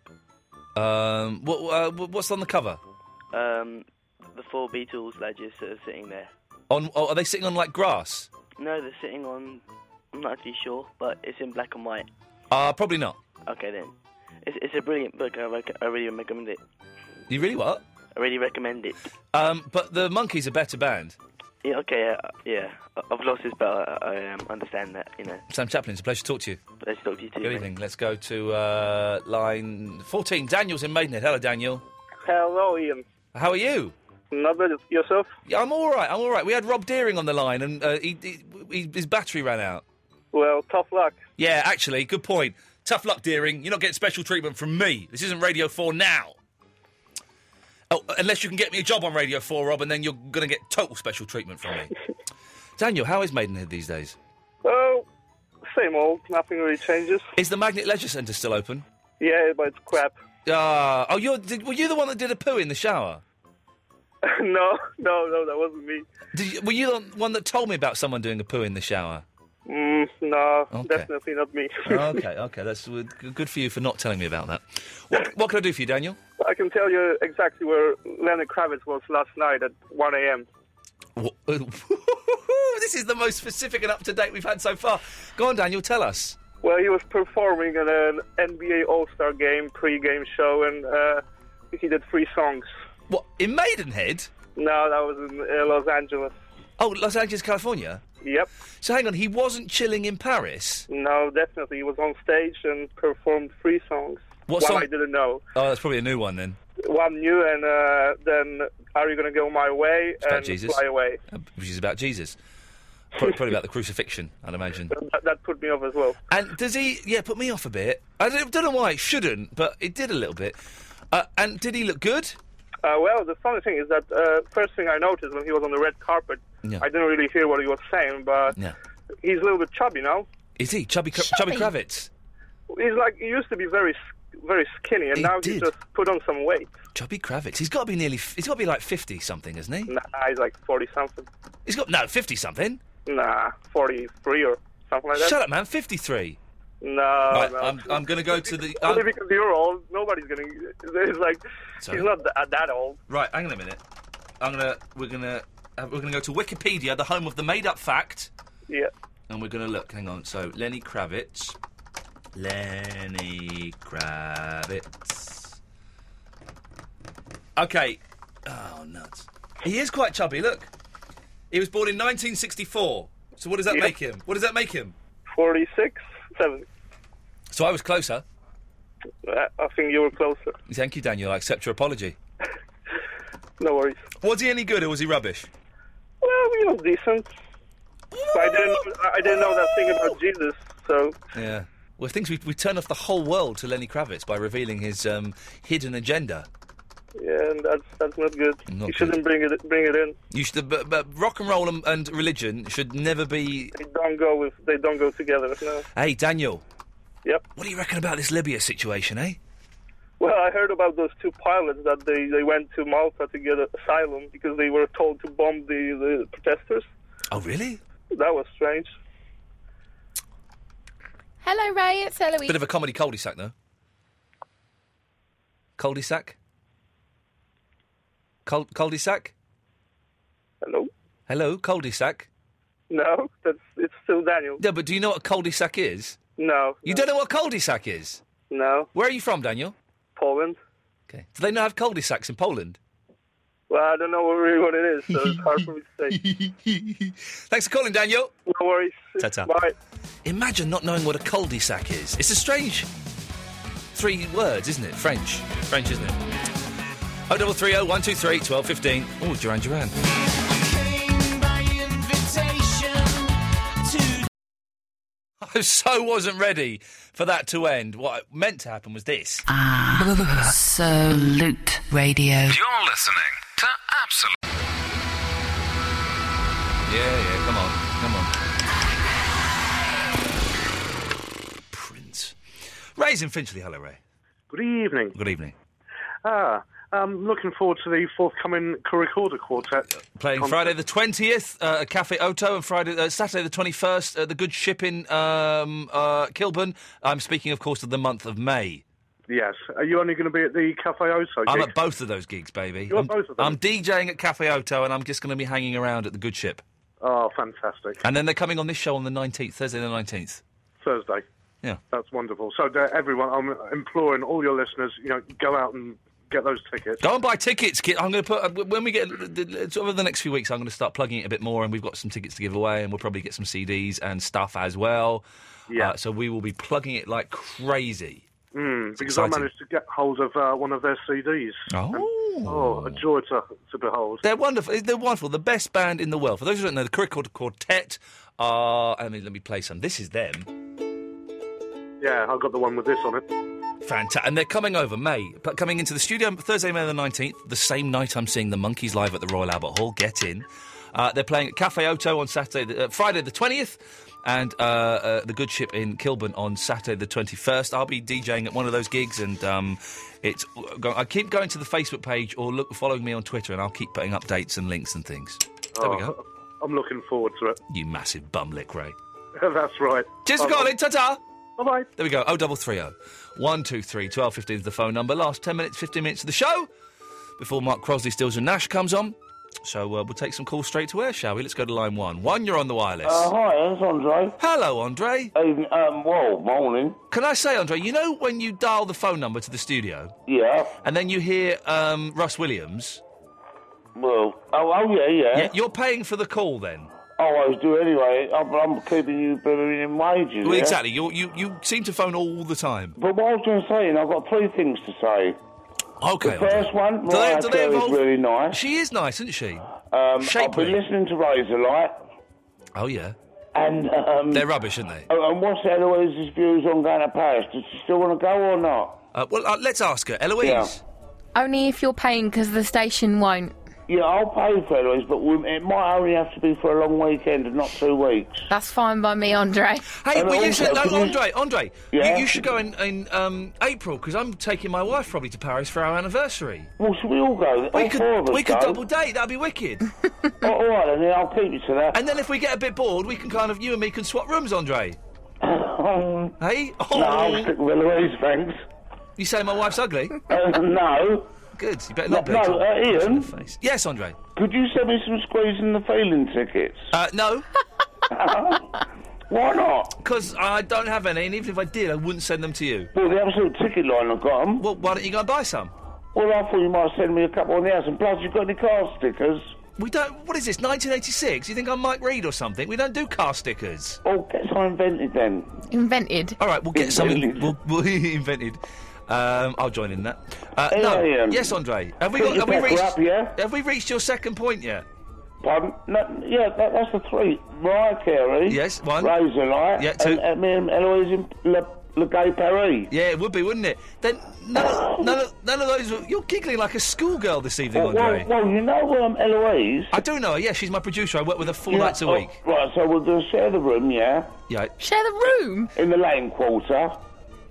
[SPEAKER 4] Um, what uh, wh- what's on the cover?
[SPEAKER 15] Um, the four Beatles, they're just sort of sitting there.
[SPEAKER 4] On oh, are they sitting on like grass?
[SPEAKER 15] No, they're sitting on. I'm not actually sure, but it's in black and white.
[SPEAKER 4] Uh probably not.
[SPEAKER 15] Okay then. It's, it's a brilliant book. I, rec- I really recommend it.
[SPEAKER 4] You really what?
[SPEAKER 15] I really recommend it.
[SPEAKER 4] Um, but the monkeys are better band.
[SPEAKER 15] Yeah, okay, uh, yeah. I- I've lost this, but I, I um, understand that, you know.
[SPEAKER 4] Sam Chaplin, it's a pleasure to talk to you.
[SPEAKER 15] Let's talk to you too.
[SPEAKER 4] Good evening. Let's go to uh, line 14. Daniel's in Maidenhead. Hello, Daniel.
[SPEAKER 16] Hello, Ian. [laughs]
[SPEAKER 4] How are you?
[SPEAKER 16] Not bad. Yourself?
[SPEAKER 4] Yeah, I'm all right. I'm all right. We had Rob Deering on the line, and uh, he, he, he, his battery ran out.
[SPEAKER 16] Well, tough luck.
[SPEAKER 4] Yeah, actually, good point. Tough luck, Deering. You're not getting special treatment from me. This isn't Radio 4 now. Oh, unless you can get me a job on Radio 4, Rob, and then you're going to get total special treatment from me. Daniel, how is Maidenhead these days?
[SPEAKER 16] Well, Oh, same old. Nothing really changes.
[SPEAKER 4] Is the Magnet Leisure Centre still open?
[SPEAKER 16] Yeah, but it's crap.
[SPEAKER 4] Ah, oh, you're, did, were you the one that did a poo in the shower?
[SPEAKER 16] no, no, no, that wasn't me.
[SPEAKER 4] Did you, were you the one that told me about someone doing a poo in
[SPEAKER 16] [laughs]
[SPEAKER 4] the shower?
[SPEAKER 16] Mm, no,
[SPEAKER 4] Okay.
[SPEAKER 16] definitely not me.
[SPEAKER 4] okay, okay, that's w- g- good for you for not telling me about that. What, what can I do for you, Daniel?
[SPEAKER 16] [laughs] I can tell you exactly where Leonard Kravitz was last night at 1 a.m.
[SPEAKER 4] Wha- [laughs] this is the most specific and up to date we've had so far. Go on, Daniel, tell us.
[SPEAKER 16] Well, he was performing at an NBA All Star game pre-game show, and uh, he did three songs.
[SPEAKER 4] What in Maidenhead?
[SPEAKER 16] No, that was in uh, Los Angeles.
[SPEAKER 4] Oh, Los Angeles, California.
[SPEAKER 16] Yep.
[SPEAKER 4] So hang on, he wasn't chilling in Paris.
[SPEAKER 16] No, definitely, he was on stage and performed three songs.
[SPEAKER 4] What
[SPEAKER 16] One
[SPEAKER 4] song-
[SPEAKER 16] I didn't know.
[SPEAKER 4] Oh, that's probably a new one then.
[SPEAKER 16] one new and uh, then are you going to go my way
[SPEAKER 4] about
[SPEAKER 16] and
[SPEAKER 4] Jesus.
[SPEAKER 16] fly away
[SPEAKER 4] Uh, Which is about Jesus. Pro- Probably about the crucifixion, I'd imagine.
[SPEAKER 16] that, that put me off as well
[SPEAKER 4] And does he? Yeah, put me off a bit. I don't, don't know why it shouldn't, but it did a little bit. Uh, and did he look good?
[SPEAKER 16] uh, well the funny thing is that uh, first thing i noticed when he was on the red carpet
[SPEAKER 4] Yeah.
[SPEAKER 16] i didn't really hear what he was saying but
[SPEAKER 4] Yeah.
[SPEAKER 16] he's a little bit chubby now
[SPEAKER 4] Is he chubby? Cra- chubby Kravitz.
[SPEAKER 16] he's like he used to be very s- very skinny and
[SPEAKER 4] He
[SPEAKER 16] now he
[SPEAKER 4] did.
[SPEAKER 16] just put on some weight
[SPEAKER 4] Chubby Kravitz. He's got to be nearly. f- He's got to be like fifty something, isn't he?
[SPEAKER 16] nah, he's like 40 something
[SPEAKER 4] He's got no fifty something.
[SPEAKER 16] nah 43 or something like that
[SPEAKER 4] Shut up, man. Fifty-three.
[SPEAKER 16] no,
[SPEAKER 4] right,
[SPEAKER 16] no.
[SPEAKER 4] I'm, I'm going to go to the.
[SPEAKER 16] only
[SPEAKER 4] I'm-
[SPEAKER 16] because you're old nobody's going to it's like
[SPEAKER 4] Sorry.
[SPEAKER 16] he's not that, that old
[SPEAKER 4] right, hang on a minute. I'm gonna we're gonna uh, we're gonna go to Wikipedia, the home of the made-up fact.
[SPEAKER 16] Yeah.
[SPEAKER 4] And we're gonna look. Hang on. So Lenny Kravitz. Lenny Kravitz. Okay. Oh nuts. He is quite chubby. Look. He was born in 1964. So what does that
[SPEAKER 16] Yeah.
[SPEAKER 4] make him? What does that make him?
[SPEAKER 16] 46, 7.
[SPEAKER 4] So I was closer.
[SPEAKER 16] I Uh, I think you were closer.
[SPEAKER 4] Thank you, Daniel. I accept your apology.
[SPEAKER 16] [laughs] No worries.
[SPEAKER 4] Was he any good or was he rubbish?
[SPEAKER 16] Well, he was decent. But I didn't. I didn't know that thing about Jesus. So
[SPEAKER 4] Yeah. Well, things we we turn off the whole world to Lenny Kravitz by revealing his um, hidden agenda.
[SPEAKER 16] yeah, and that's that's not good.
[SPEAKER 4] Not
[SPEAKER 16] you shouldn't bring it bring it in.
[SPEAKER 4] You should, but, but rock and roll and, and religion should never be.
[SPEAKER 16] They don't go with. They don't go together. No.
[SPEAKER 4] Hey, Daniel.
[SPEAKER 16] Yep.
[SPEAKER 4] What do you reckon about this Libya situation, eh?
[SPEAKER 16] Well, I heard about those two pilots that they, they went to Malta to get asylum because they were told to bomb the, the protesters.
[SPEAKER 4] Oh, really?
[SPEAKER 16] That was strange.
[SPEAKER 8] Hello, Ray. It's Eloise.
[SPEAKER 4] Bit of a comedy cul-de-sac, though. Cul-de-sac. Cul- cul-de-sac.
[SPEAKER 16] Hello.
[SPEAKER 4] Hello, cul-de-sac.
[SPEAKER 16] No, that's it's still Daniel.
[SPEAKER 4] Yeah, but do you know what a cul-de-sac is?
[SPEAKER 16] No.
[SPEAKER 4] You don't know what a cul-de-sac is?
[SPEAKER 16] No.
[SPEAKER 4] Where are you from, Daniel?
[SPEAKER 16] Poland.
[SPEAKER 4] Okay. Do they not have cul-de-sacs in
[SPEAKER 16] [laughs]
[SPEAKER 4] Poland?
[SPEAKER 16] Well, I don't know really what it is, so it's hard for me to
[SPEAKER 4] [laughs]
[SPEAKER 16] say.
[SPEAKER 4] Thanks for calling, Daniel.
[SPEAKER 16] No worries.
[SPEAKER 4] Ta-ta.
[SPEAKER 16] Bye.
[SPEAKER 4] Imagine not knowing what a cul-de-sac is. It's a strange three words, isn't it? French. French, isn't it? Oh, 0330 123 1215. Oh, Duran Duran. [laughs] I so wasn't ready for that to end. What meant to happen was this.
[SPEAKER 2] [laughs] Absolute Radio.
[SPEAKER 3] You're listening to Absolute.
[SPEAKER 4] Yeah, yeah, come on, come on. Prince. Ray's in Finchley. Hello, Ray.
[SPEAKER 17] Good evening.
[SPEAKER 4] Good evening.
[SPEAKER 17] Ah, um, looking forward to the forthcoming Corricorder Quartet.
[SPEAKER 4] Playing
[SPEAKER 17] Con-
[SPEAKER 4] Friday the 20th uh, at Cafe Oto and Friday, uh, Saturday the 21st at the Good Ship in um, uh, Kilburn. I'm speaking, of course, of the month of May.
[SPEAKER 17] Yes. Are you only going to be at the Cafe Oso?
[SPEAKER 4] I'm
[SPEAKER 17] gig?
[SPEAKER 4] at both of those gigs, baby.
[SPEAKER 17] You're at
[SPEAKER 4] I'm,
[SPEAKER 17] both of them?
[SPEAKER 4] I'm DJing at Cafe Oto and I'm just going to be hanging around at the Good Ship.
[SPEAKER 17] Oh, fantastic.
[SPEAKER 4] And then they're coming on this show on the 19th, Thursday the 19th.
[SPEAKER 17] Thursday.
[SPEAKER 4] Yeah.
[SPEAKER 17] That's wonderful. So, uh, everyone, I'm imploring all your listeners, you know, go out and get those tickets.
[SPEAKER 4] Go and buy tickets, kid. I'm going to put uh, when we get the- the- sort of over the next few weeks. I'm going to start plugging it a bit more, and we've got some tickets to give away, and we'll probably get some CDs and stuff as well. Yeah. so we will be plugging it like crazy.
[SPEAKER 17] Mm, because I
[SPEAKER 4] exciting.
[SPEAKER 17] managed to get hold of uh, one of their CDs.
[SPEAKER 4] Oh.
[SPEAKER 17] oh, a joy to, to behold.
[SPEAKER 4] They're wonderful. eh, They're wonderful. The best band in the world. For those who don't know, the Cricket Quartet are. I mean, let me play some. This is them.
[SPEAKER 17] Yeah, I got the one with this on it.
[SPEAKER 4] Fantastic. And they're coming over May, but coming into the studio Thursday, May the 19th, the same night I'm seeing the Monkeys live at the Royal Albert Hall. Get in. Uh, they're playing at Cafe Oto on Saturday, the- uh, Friday the 20th, and uh, uh, the Good Ship in Kilburn on Saturday the 21st. I'll be DJing at one of those gigs, and um, it's. go- I keep going to the Facebook page or look following me on Twitter, and I'll keep putting updates and links and things. There we
[SPEAKER 17] Oh,
[SPEAKER 4] go.
[SPEAKER 17] I'm looking forward to it.
[SPEAKER 4] You massive bum lick, Ray.
[SPEAKER 17] [laughs] That's right.
[SPEAKER 4] Cheers for
[SPEAKER 17] Bye-bye.
[SPEAKER 4] calling. Ta ta.
[SPEAKER 17] Bye bye.
[SPEAKER 4] There we go. Oh, double three oh. One two three twelve fifteen is the phone number. Last ten minutes, fifteen minutes of the show before Mark Crosley, Stills and Nash comes on. So uh, we'll take some calls straight to air, shall we? Let's go to line one. One, you're on the wireless.
[SPEAKER 18] Uh, hi, it's Andre.
[SPEAKER 4] Hello, Andre.
[SPEAKER 18] Um, um, well, morning.
[SPEAKER 4] Can I say, Andre? You know when you dial the phone number to the studio?
[SPEAKER 18] Yeah.
[SPEAKER 4] And then you hear um, Russ Williams.
[SPEAKER 18] Well, oh, oh yeah, yeah,
[SPEAKER 4] You're paying for the call then.
[SPEAKER 18] I always do anyway. I'm, I'm keeping you better in wages.
[SPEAKER 4] Well,
[SPEAKER 18] yeah?
[SPEAKER 4] exactly. You you you seem to phone all the time.
[SPEAKER 18] But what I was going to say, and I've got three things to say.
[SPEAKER 4] Okay.
[SPEAKER 18] The first one,
[SPEAKER 4] Do they-
[SPEAKER 18] Mariah
[SPEAKER 4] do they
[SPEAKER 18] Carey is
[SPEAKER 4] involve-
[SPEAKER 18] really nice.
[SPEAKER 4] She is nice, isn't she?
[SPEAKER 18] Um, I've
[SPEAKER 4] Shapely.
[SPEAKER 18] been listening to Razorlight,
[SPEAKER 4] Oh yeah.
[SPEAKER 18] and um,
[SPEAKER 4] They're rubbish, aren't they?
[SPEAKER 18] oh, and what's Eloise's views on going to Paris? Does she still want to go or not?
[SPEAKER 4] Uh, well, uh, let's ask her, Eloise.
[SPEAKER 18] Yeah.
[SPEAKER 8] Only if you're paying, because the station won't.
[SPEAKER 18] Yeah, I'll pay for Eloise, but we, it might only have to be for a long weekend and not two weeks.
[SPEAKER 8] That's fine by me, Andre.
[SPEAKER 4] Hey,
[SPEAKER 18] And
[SPEAKER 4] well, you
[SPEAKER 18] also,
[SPEAKER 4] should, no,
[SPEAKER 18] can you-
[SPEAKER 4] Andre, Andre,
[SPEAKER 18] Yeah?
[SPEAKER 4] you, you should go in, in um, April because I'm taking my wife probably to Paris for our anniversary.
[SPEAKER 18] Well, should we all go?
[SPEAKER 4] We
[SPEAKER 18] all
[SPEAKER 4] could,
[SPEAKER 18] four of us
[SPEAKER 4] we could
[SPEAKER 18] go.
[SPEAKER 4] double date. That'd be wicked.
[SPEAKER 18] Oh, [laughs] all right, then yeah, I'll keep you to that.
[SPEAKER 4] and then if we get a bit bored, we can kind of you and me can swap
[SPEAKER 18] [laughs]
[SPEAKER 4] rooms, Andre. hey,
[SPEAKER 18] No, I'll stick with Eloise, thanks.
[SPEAKER 4] You say my wife's ugly?
[SPEAKER 18] [laughs] Uh, no.
[SPEAKER 4] Good. You better
[SPEAKER 18] No,
[SPEAKER 4] not. be.
[SPEAKER 18] no, uh, Ian?
[SPEAKER 4] Yes, Andre.
[SPEAKER 18] Could you send me some squares in the failing tickets?
[SPEAKER 4] Uh, no.
[SPEAKER 18] [laughs] Why not?
[SPEAKER 4] Because I don't have any, and even if I did, I wouldn't send them to you.
[SPEAKER 18] Well, the absolute ticket line, I've got 'em.
[SPEAKER 4] Well, why don't you go and buy some?
[SPEAKER 18] Well, I thought you might send me a couple on the house, and plus, you've got any car stickers.
[SPEAKER 4] We don't. What is this? 1986? You think I'm Mike Reed or something? We don't do car stickers.
[SPEAKER 18] Oh, get some invented then.
[SPEAKER 8] Invented.
[SPEAKER 4] All right,
[SPEAKER 18] [laughs]
[SPEAKER 4] we'll get something. We'll, we'll [laughs] invented. Um, I'll join in that. Uh,
[SPEAKER 18] Hey,
[SPEAKER 4] no.
[SPEAKER 18] I, um,
[SPEAKER 4] yes, Andre. Have we
[SPEAKER 18] put your
[SPEAKER 4] got? Have we
[SPEAKER 18] pepper
[SPEAKER 4] reached?
[SPEAKER 18] up, yeah?
[SPEAKER 4] Have we reached your second point yet?
[SPEAKER 18] Pardon? No, yeah, that, that's the three. Mariah Carey. Yes, one. Razorlight.
[SPEAKER 4] Yeah, two.
[SPEAKER 18] And, and me and Eloise in Le, Le Gay Paris.
[SPEAKER 4] Yeah, it would be, wouldn't it? Then
[SPEAKER 18] [laughs]
[SPEAKER 4] none of, none of, none of those. were- You're giggling like a schoolgirl this evening,
[SPEAKER 18] Well, well,
[SPEAKER 4] Andre.
[SPEAKER 18] well, you know um, Eloise.
[SPEAKER 4] I do know her. Yeah, she's my producer. I work with her four
[SPEAKER 18] Yeah,
[SPEAKER 4] nights a
[SPEAKER 18] oh,
[SPEAKER 4] week. [laughs]
[SPEAKER 18] right, so we're going to share the room, yeah?
[SPEAKER 4] Yeah.
[SPEAKER 8] Share the room?
[SPEAKER 18] In the lane quarter.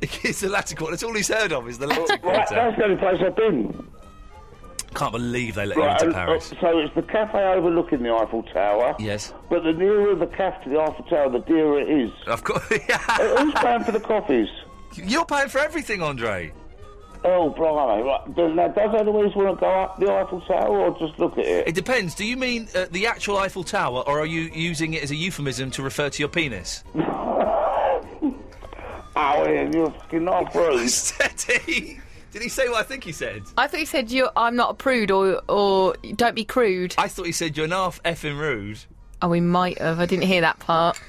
[SPEAKER 4] it's the latter quarter. That's all he's heard of is the latter
[SPEAKER 18] Right,
[SPEAKER 4] quarter.
[SPEAKER 18] that's the only place I've been.
[SPEAKER 4] Can't believe they let
[SPEAKER 18] Right,
[SPEAKER 4] you
[SPEAKER 18] and,
[SPEAKER 4] into Paris.
[SPEAKER 18] uh, so it's the cafe overlooking the Eiffel Tower.
[SPEAKER 4] Yes.
[SPEAKER 18] But the nearer the cafe to the Eiffel Tower, the dearer it is.
[SPEAKER 4] Of course. [laughs]
[SPEAKER 18] Who's paying for the coffees?
[SPEAKER 4] You're paying for everything, Andre.
[SPEAKER 18] Oh, blimey. Right. Does, now, does Eloise want to go up the Eiffel Tower or just look at it?
[SPEAKER 4] It depends. Do you mean uh, the actual Eiffel Tower, or are you using it as a euphemism to refer to your penis?
[SPEAKER 18] Oh, Ian, you're fucking not rude.
[SPEAKER 4] Steady. Did he say what I think he said?
[SPEAKER 8] I thought you said you. I'm not a prude, or or don't be crude.
[SPEAKER 4] I thought he said you're an half effing rude. [laughs]
[SPEAKER 8] Oh, we might have. I didn't hear that part.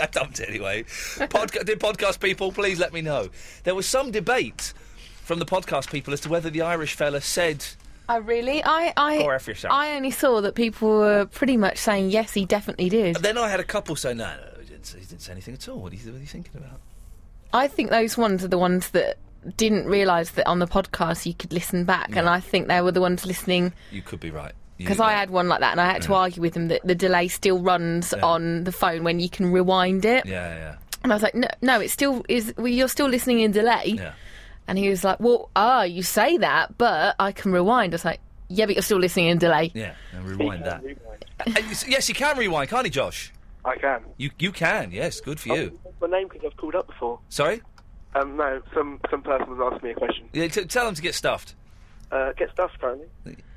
[SPEAKER 4] I dumped it anyway. Podca- did podcast people, please let me know. There was some debate from the podcast people as to whether the Irish fella said
[SPEAKER 8] I Oh, really, I, I,
[SPEAKER 4] Go F yourself.
[SPEAKER 8] I only saw that people were pretty much saying yes, he definitely did.
[SPEAKER 4] Then I had a couple say, no, no, he didn't say, he didn't say anything at all. What are, you, what are you thinking about?
[SPEAKER 8] I think those ones are the ones that didn't realise that on the podcast you could listen back, and I think they were the ones listening
[SPEAKER 4] You could be right. You-
[SPEAKER 8] because I had one like that, and I had to argue with them that the delay still runs
[SPEAKER 4] Yeah.
[SPEAKER 8] on the phone when you can rewind it. [laughs]
[SPEAKER 4] Yeah, yeah.
[SPEAKER 8] And I was like, no, no, it still is. Well, you're still listening in delay.
[SPEAKER 4] Yeah.
[SPEAKER 8] And he was like, well, ah, you say that, but I can rewind. I was like, yeah, but you're still listening in delay.
[SPEAKER 4] Yeah, and rewind that. Uh, uh, yes, you can rewind, can't you, Josh?
[SPEAKER 11] I can.
[SPEAKER 4] You you can, yes, good for you.
[SPEAKER 11] My name because I've called up before.
[SPEAKER 4] Sorry?
[SPEAKER 11] Um, no, some some person was asking me a question.
[SPEAKER 4] Yeah, t- tell him to get stuffed.
[SPEAKER 11] Uh, get stuffed, apparently.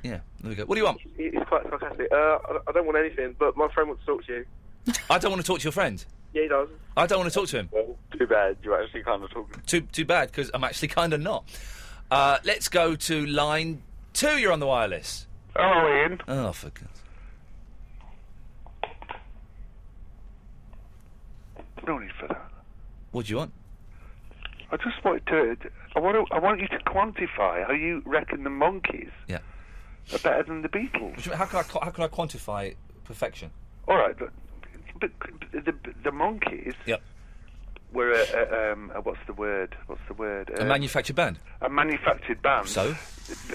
[SPEAKER 4] Yeah, there we go. What do you want?
[SPEAKER 11] He- He's quite sarcastic. Uh, I- I don't want anything, but my friend wants to talk to you.
[SPEAKER 4] I don't want to talk to your friend.
[SPEAKER 11] Yeah, he does.
[SPEAKER 4] I don't want to talk to him.
[SPEAKER 11] Too bad. You're actually kind of talking.
[SPEAKER 4] Too too bad because I'm actually kind of not. Uh, let's go to line two. You're on the wireless.
[SPEAKER 17] Hello, Ian.
[SPEAKER 4] Oh, for God.
[SPEAKER 17] No need for that.
[SPEAKER 4] What do you want?
[SPEAKER 17] I just wanted to. I want. To, I want you to quantify how you reckon the monkeys.
[SPEAKER 4] Yeah.
[SPEAKER 17] Are better than the Beatles.
[SPEAKER 4] What do you mean, How can I co- how can I quantify perfection?
[SPEAKER 17] All right, but, but the the monkeys.
[SPEAKER 4] Yep.
[SPEAKER 17] Were a, a, um, a, what's the word? What's the word?
[SPEAKER 4] A
[SPEAKER 17] Um,
[SPEAKER 4] manufactured band.
[SPEAKER 17] a manufactured band.
[SPEAKER 4] So?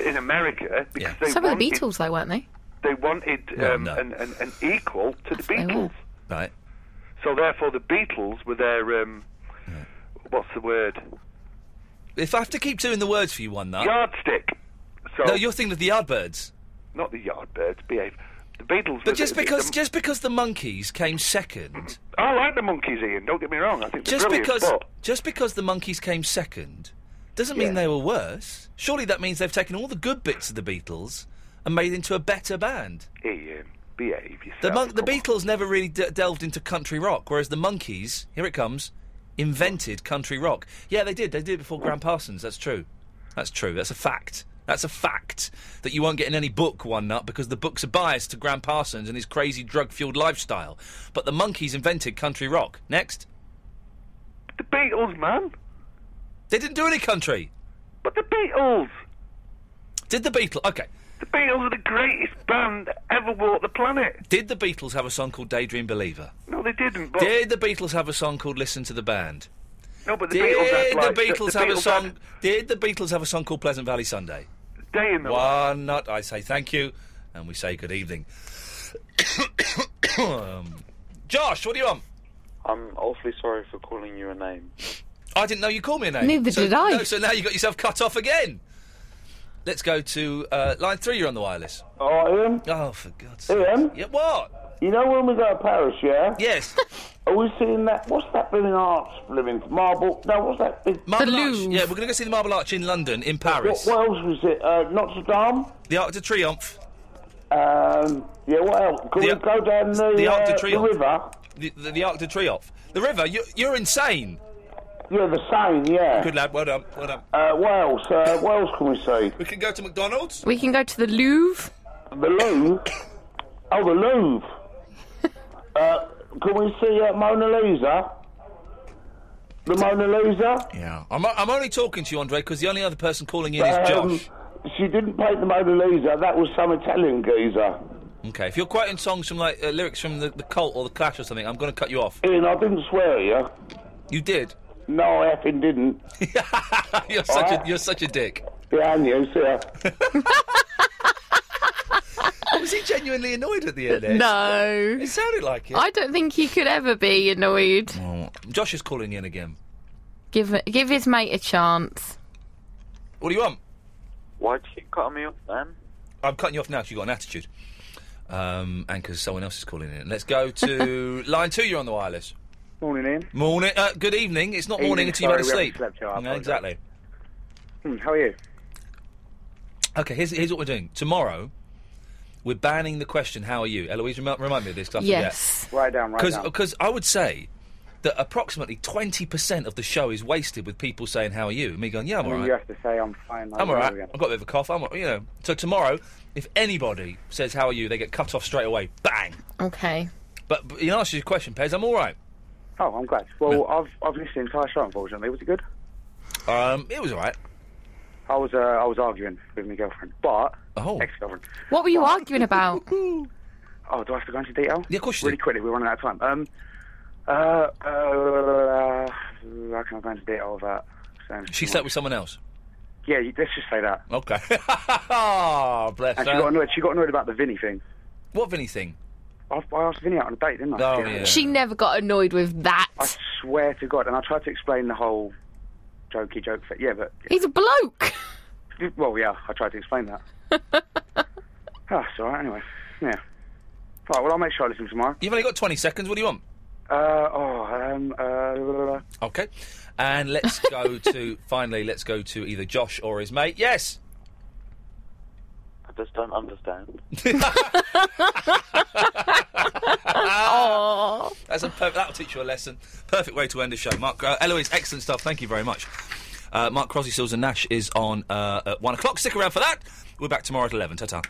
[SPEAKER 17] in America, because they
[SPEAKER 8] So were the
[SPEAKER 17] wanted,
[SPEAKER 8] Beatles, though, weren't they?
[SPEAKER 17] They wanted
[SPEAKER 4] Well,
[SPEAKER 17] um,
[SPEAKER 4] no.
[SPEAKER 17] an, an, an equal to the
[SPEAKER 8] they were.
[SPEAKER 17] Beatles.
[SPEAKER 4] Right.
[SPEAKER 17] So therefore, the Beatles were their um, what's the word?
[SPEAKER 4] If I have to keep doing the words for you, one that
[SPEAKER 17] Yardstick. So
[SPEAKER 4] no, you're thinking of the Yardbirds.
[SPEAKER 17] Not the Yardbirds. Behave. The Beatles. were
[SPEAKER 4] But just
[SPEAKER 17] the,
[SPEAKER 4] because
[SPEAKER 17] The,
[SPEAKER 4] just because the monkeys came second,
[SPEAKER 17] I like the monkeys, Ian. Don't get me wrong. I think they're
[SPEAKER 4] just
[SPEAKER 17] brilliant,
[SPEAKER 4] because
[SPEAKER 17] but-
[SPEAKER 4] just because the monkeys came second, doesn't mean
[SPEAKER 17] Yeah.
[SPEAKER 4] they were worse. Surely that means they've taken all the good bits of the Beatles and made into a better band.
[SPEAKER 17] Ian, um, behave yourself.
[SPEAKER 4] The, Mon- the Beatles never really de- delved into country rock, whereas the Monkeys, here it comes, invented country rock. Yeah, they did. They did it before Graham Parsons. That's true. That's true. That's a fact. That's a fact that you won't get in any book, One Nut, because the books are biased to Graham Parsons and his crazy drug fueled lifestyle. But the Monkeys invented country rock. Next.
[SPEAKER 17] The Beatles, man.
[SPEAKER 4] They didn't do any country.
[SPEAKER 17] But the Beatles.
[SPEAKER 4] Did the Beatles. Okay.
[SPEAKER 17] The Beatles are the greatest band that ever walked the planet.
[SPEAKER 4] Did the Beatles have a song called Daydream Believer?
[SPEAKER 17] No, they didn't. But
[SPEAKER 4] Did the Beatles have a song called Listen to the Band?
[SPEAKER 17] no, but the
[SPEAKER 4] Did
[SPEAKER 17] Beatles. had,
[SPEAKER 4] the
[SPEAKER 17] like,
[SPEAKER 4] Beatles
[SPEAKER 17] the
[SPEAKER 4] have a
[SPEAKER 17] Beatles
[SPEAKER 4] song?
[SPEAKER 17] had
[SPEAKER 4] Did the Beatles have a song called Pleasant Valley Sunday?
[SPEAKER 17] Day in the
[SPEAKER 4] One nut. I say thank you, and we say good evening. [coughs] um, Josh, what do you want?
[SPEAKER 19] I'm awfully sorry for calling you a name.
[SPEAKER 4] I didn't know you called me a name.
[SPEAKER 19] Neither
[SPEAKER 4] So-
[SPEAKER 19] did I.
[SPEAKER 4] no, so now you got yourself cut off again. Let's go to uh, line three. You're on the wireless.
[SPEAKER 18] Oh, Ian?
[SPEAKER 4] Oh, for God's
[SPEAKER 18] sake. Ian?
[SPEAKER 4] Yeah, what?
[SPEAKER 18] You know when we go to Paris, yeah?
[SPEAKER 4] Yes.
[SPEAKER 18] Are we seeing that? What's that big arch, living marble? No, what's that big?
[SPEAKER 4] Marble Arch. Yeah, we're going to go see the Marble Arch in London, in Paris.
[SPEAKER 18] What, what else was it? Uh, Notre Dame?
[SPEAKER 4] The Arc de Triomphe.
[SPEAKER 18] Um, yeah, what else? Can we
[SPEAKER 4] The-
[SPEAKER 18] go down the,
[SPEAKER 4] the Arc
[SPEAKER 18] uh,
[SPEAKER 4] de
[SPEAKER 18] the
[SPEAKER 4] Triomphe.
[SPEAKER 18] river?
[SPEAKER 4] The, the, the Arc de Triomphe. The river, you, you're insane.
[SPEAKER 18] Yeah, the Seine, yeah.
[SPEAKER 4] Good lad, well done, well done.
[SPEAKER 18] Uh, what else? Uh, what else can we see?
[SPEAKER 4] We can go to McDonald's.
[SPEAKER 8] We can go to the Louvre.
[SPEAKER 18] The Louvre? oh, the
[SPEAKER 8] [laughs]
[SPEAKER 18] Louvre. uh, can we see uh, Mona Lisa? The Mona Lisa?
[SPEAKER 4] Yeah. I'm, o- I'm only talking to you, Andre, because the only other person calling in is
[SPEAKER 18] Um,
[SPEAKER 4] Josh.
[SPEAKER 18] She didn't paint the Mona Lisa. That was some Italian geezer.
[SPEAKER 4] Okay, if you're quoting songs from like uh, lyrics from the, the Cult or the Clash or something, I'm going to cut you off.
[SPEAKER 18] Ian, I didn't swear at you.
[SPEAKER 4] You did. [laughs]
[SPEAKER 18] No, I effing didn't.
[SPEAKER 4] you're such a you're such a dick.
[SPEAKER 18] Yeah, and you, sir.
[SPEAKER 4] [laughs] Was he genuinely annoyed
[SPEAKER 8] [laughs]
[SPEAKER 4] at the end? Ed?
[SPEAKER 8] No.
[SPEAKER 4] It sounded like it.
[SPEAKER 8] I don't think he could ever be annoyed.
[SPEAKER 4] Oh, Josh is calling in again.
[SPEAKER 8] Give give his mate a chance.
[SPEAKER 4] What do you want?
[SPEAKER 19] Why'd you keep cutting me off then?
[SPEAKER 4] I'm cutting you off now because you've got an attitude. Um, and because someone else is calling in. Let's go
[SPEAKER 20] [laughs]
[SPEAKER 4] to line two. You're on the wireless.
[SPEAKER 20] Morning, Ian.
[SPEAKER 4] Morning. Uh, good evening. It's not morning
[SPEAKER 20] Evening,
[SPEAKER 4] until you've had a
[SPEAKER 20] sorry, we
[SPEAKER 4] sleep.
[SPEAKER 20] haven't slept yet, I
[SPEAKER 4] Yeah,
[SPEAKER 20] apologise.
[SPEAKER 4] exactly.
[SPEAKER 20] Hmm, how are you?
[SPEAKER 4] Okay. Here's, here's what we're doing. Tomorrow, we're banning the question. How are you, Eloise? Remind, remind me of this. 'cause I forget.
[SPEAKER 20] Right down, right down.
[SPEAKER 4] Because I would say that approximately 20% of the show is wasted with people saying, How are you? And me going, Yeah, I'm
[SPEAKER 20] I
[SPEAKER 4] all
[SPEAKER 20] mean,
[SPEAKER 4] right.
[SPEAKER 20] You have to say I'm fine. like,
[SPEAKER 4] I'm all right.
[SPEAKER 20] whatever
[SPEAKER 4] I've got a bit of a cough. I'm, all- you know. So tomorrow, if anybody says, How are you? they get cut off straight away. Bang.
[SPEAKER 8] Okay.
[SPEAKER 4] But, but in answer to your question, Pez, I'm all right.
[SPEAKER 20] again. Oh, I'm glad. Well, I've I've listened to the entire show. Unfortunately, was it good?
[SPEAKER 4] Um, it was all right.
[SPEAKER 20] I was uh, I was arguing with my girlfriend, but
[SPEAKER 4] Oh.
[SPEAKER 20] ex-girlfriend.
[SPEAKER 8] What were you arguing about?
[SPEAKER 20] Oh, do [laughs] I have to go into detail?
[SPEAKER 4] Yeah, of course.
[SPEAKER 20] Really quickly, we're running out of time. Um, uh, uh, how can I go into detail of that? Saying
[SPEAKER 4] She
[SPEAKER 20] too
[SPEAKER 4] slept
[SPEAKER 20] much.
[SPEAKER 4] with someone else.
[SPEAKER 20] Yeah, you- let's just say that.
[SPEAKER 4] Okay. [laughs] Ah, bless
[SPEAKER 20] And
[SPEAKER 4] her.
[SPEAKER 20] she got annoyed. She got annoyed about the Vinny thing.
[SPEAKER 4] What Vinny thing?
[SPEAKER 20] I, I asked Vinny out on a date, didn't I?
[SPEAKER 4] Oh,
[SPEAKER 20] Yeah.
[SPEAKER 8] She never got annoyed with that.
[SPEAKER 20] I swear to God, and I tried to explain the whole jokey joke thing. Yeah, but
[SPEAKER 8] He's a bloke.
[SPEAKER 20] well, yeah, I tried to explain that.
[SPEAKER 4] [laughs]
[SPEAKER 20] Ah, it's all right. Anyway, yeah. All right. Well, I'll make sure I listen tomorrow.
[SPEAKER 4] You've only got 20 seconds. What do you want?
[SPEAKER 20] Uh, oh, um, uh,
[SPEAKER 4] Okay. And let's go to, [laughs] finally, let's go to either Josh or his mate. Yes.
[SPEAKER 19] I just don't understand.
[SPEAKER 8] Oh.
[SPEAKER 4] Ah, That's a per- that'll teach you a lesson. Perfect way to end a show. Mark, uh, Eloise, excellent stuff. Thank you very much. Uh, Mark Crosby, Sills and Nash is on uh, at one o'clock. Stick around for that. We're back tomorrow at eleven. Ta ta.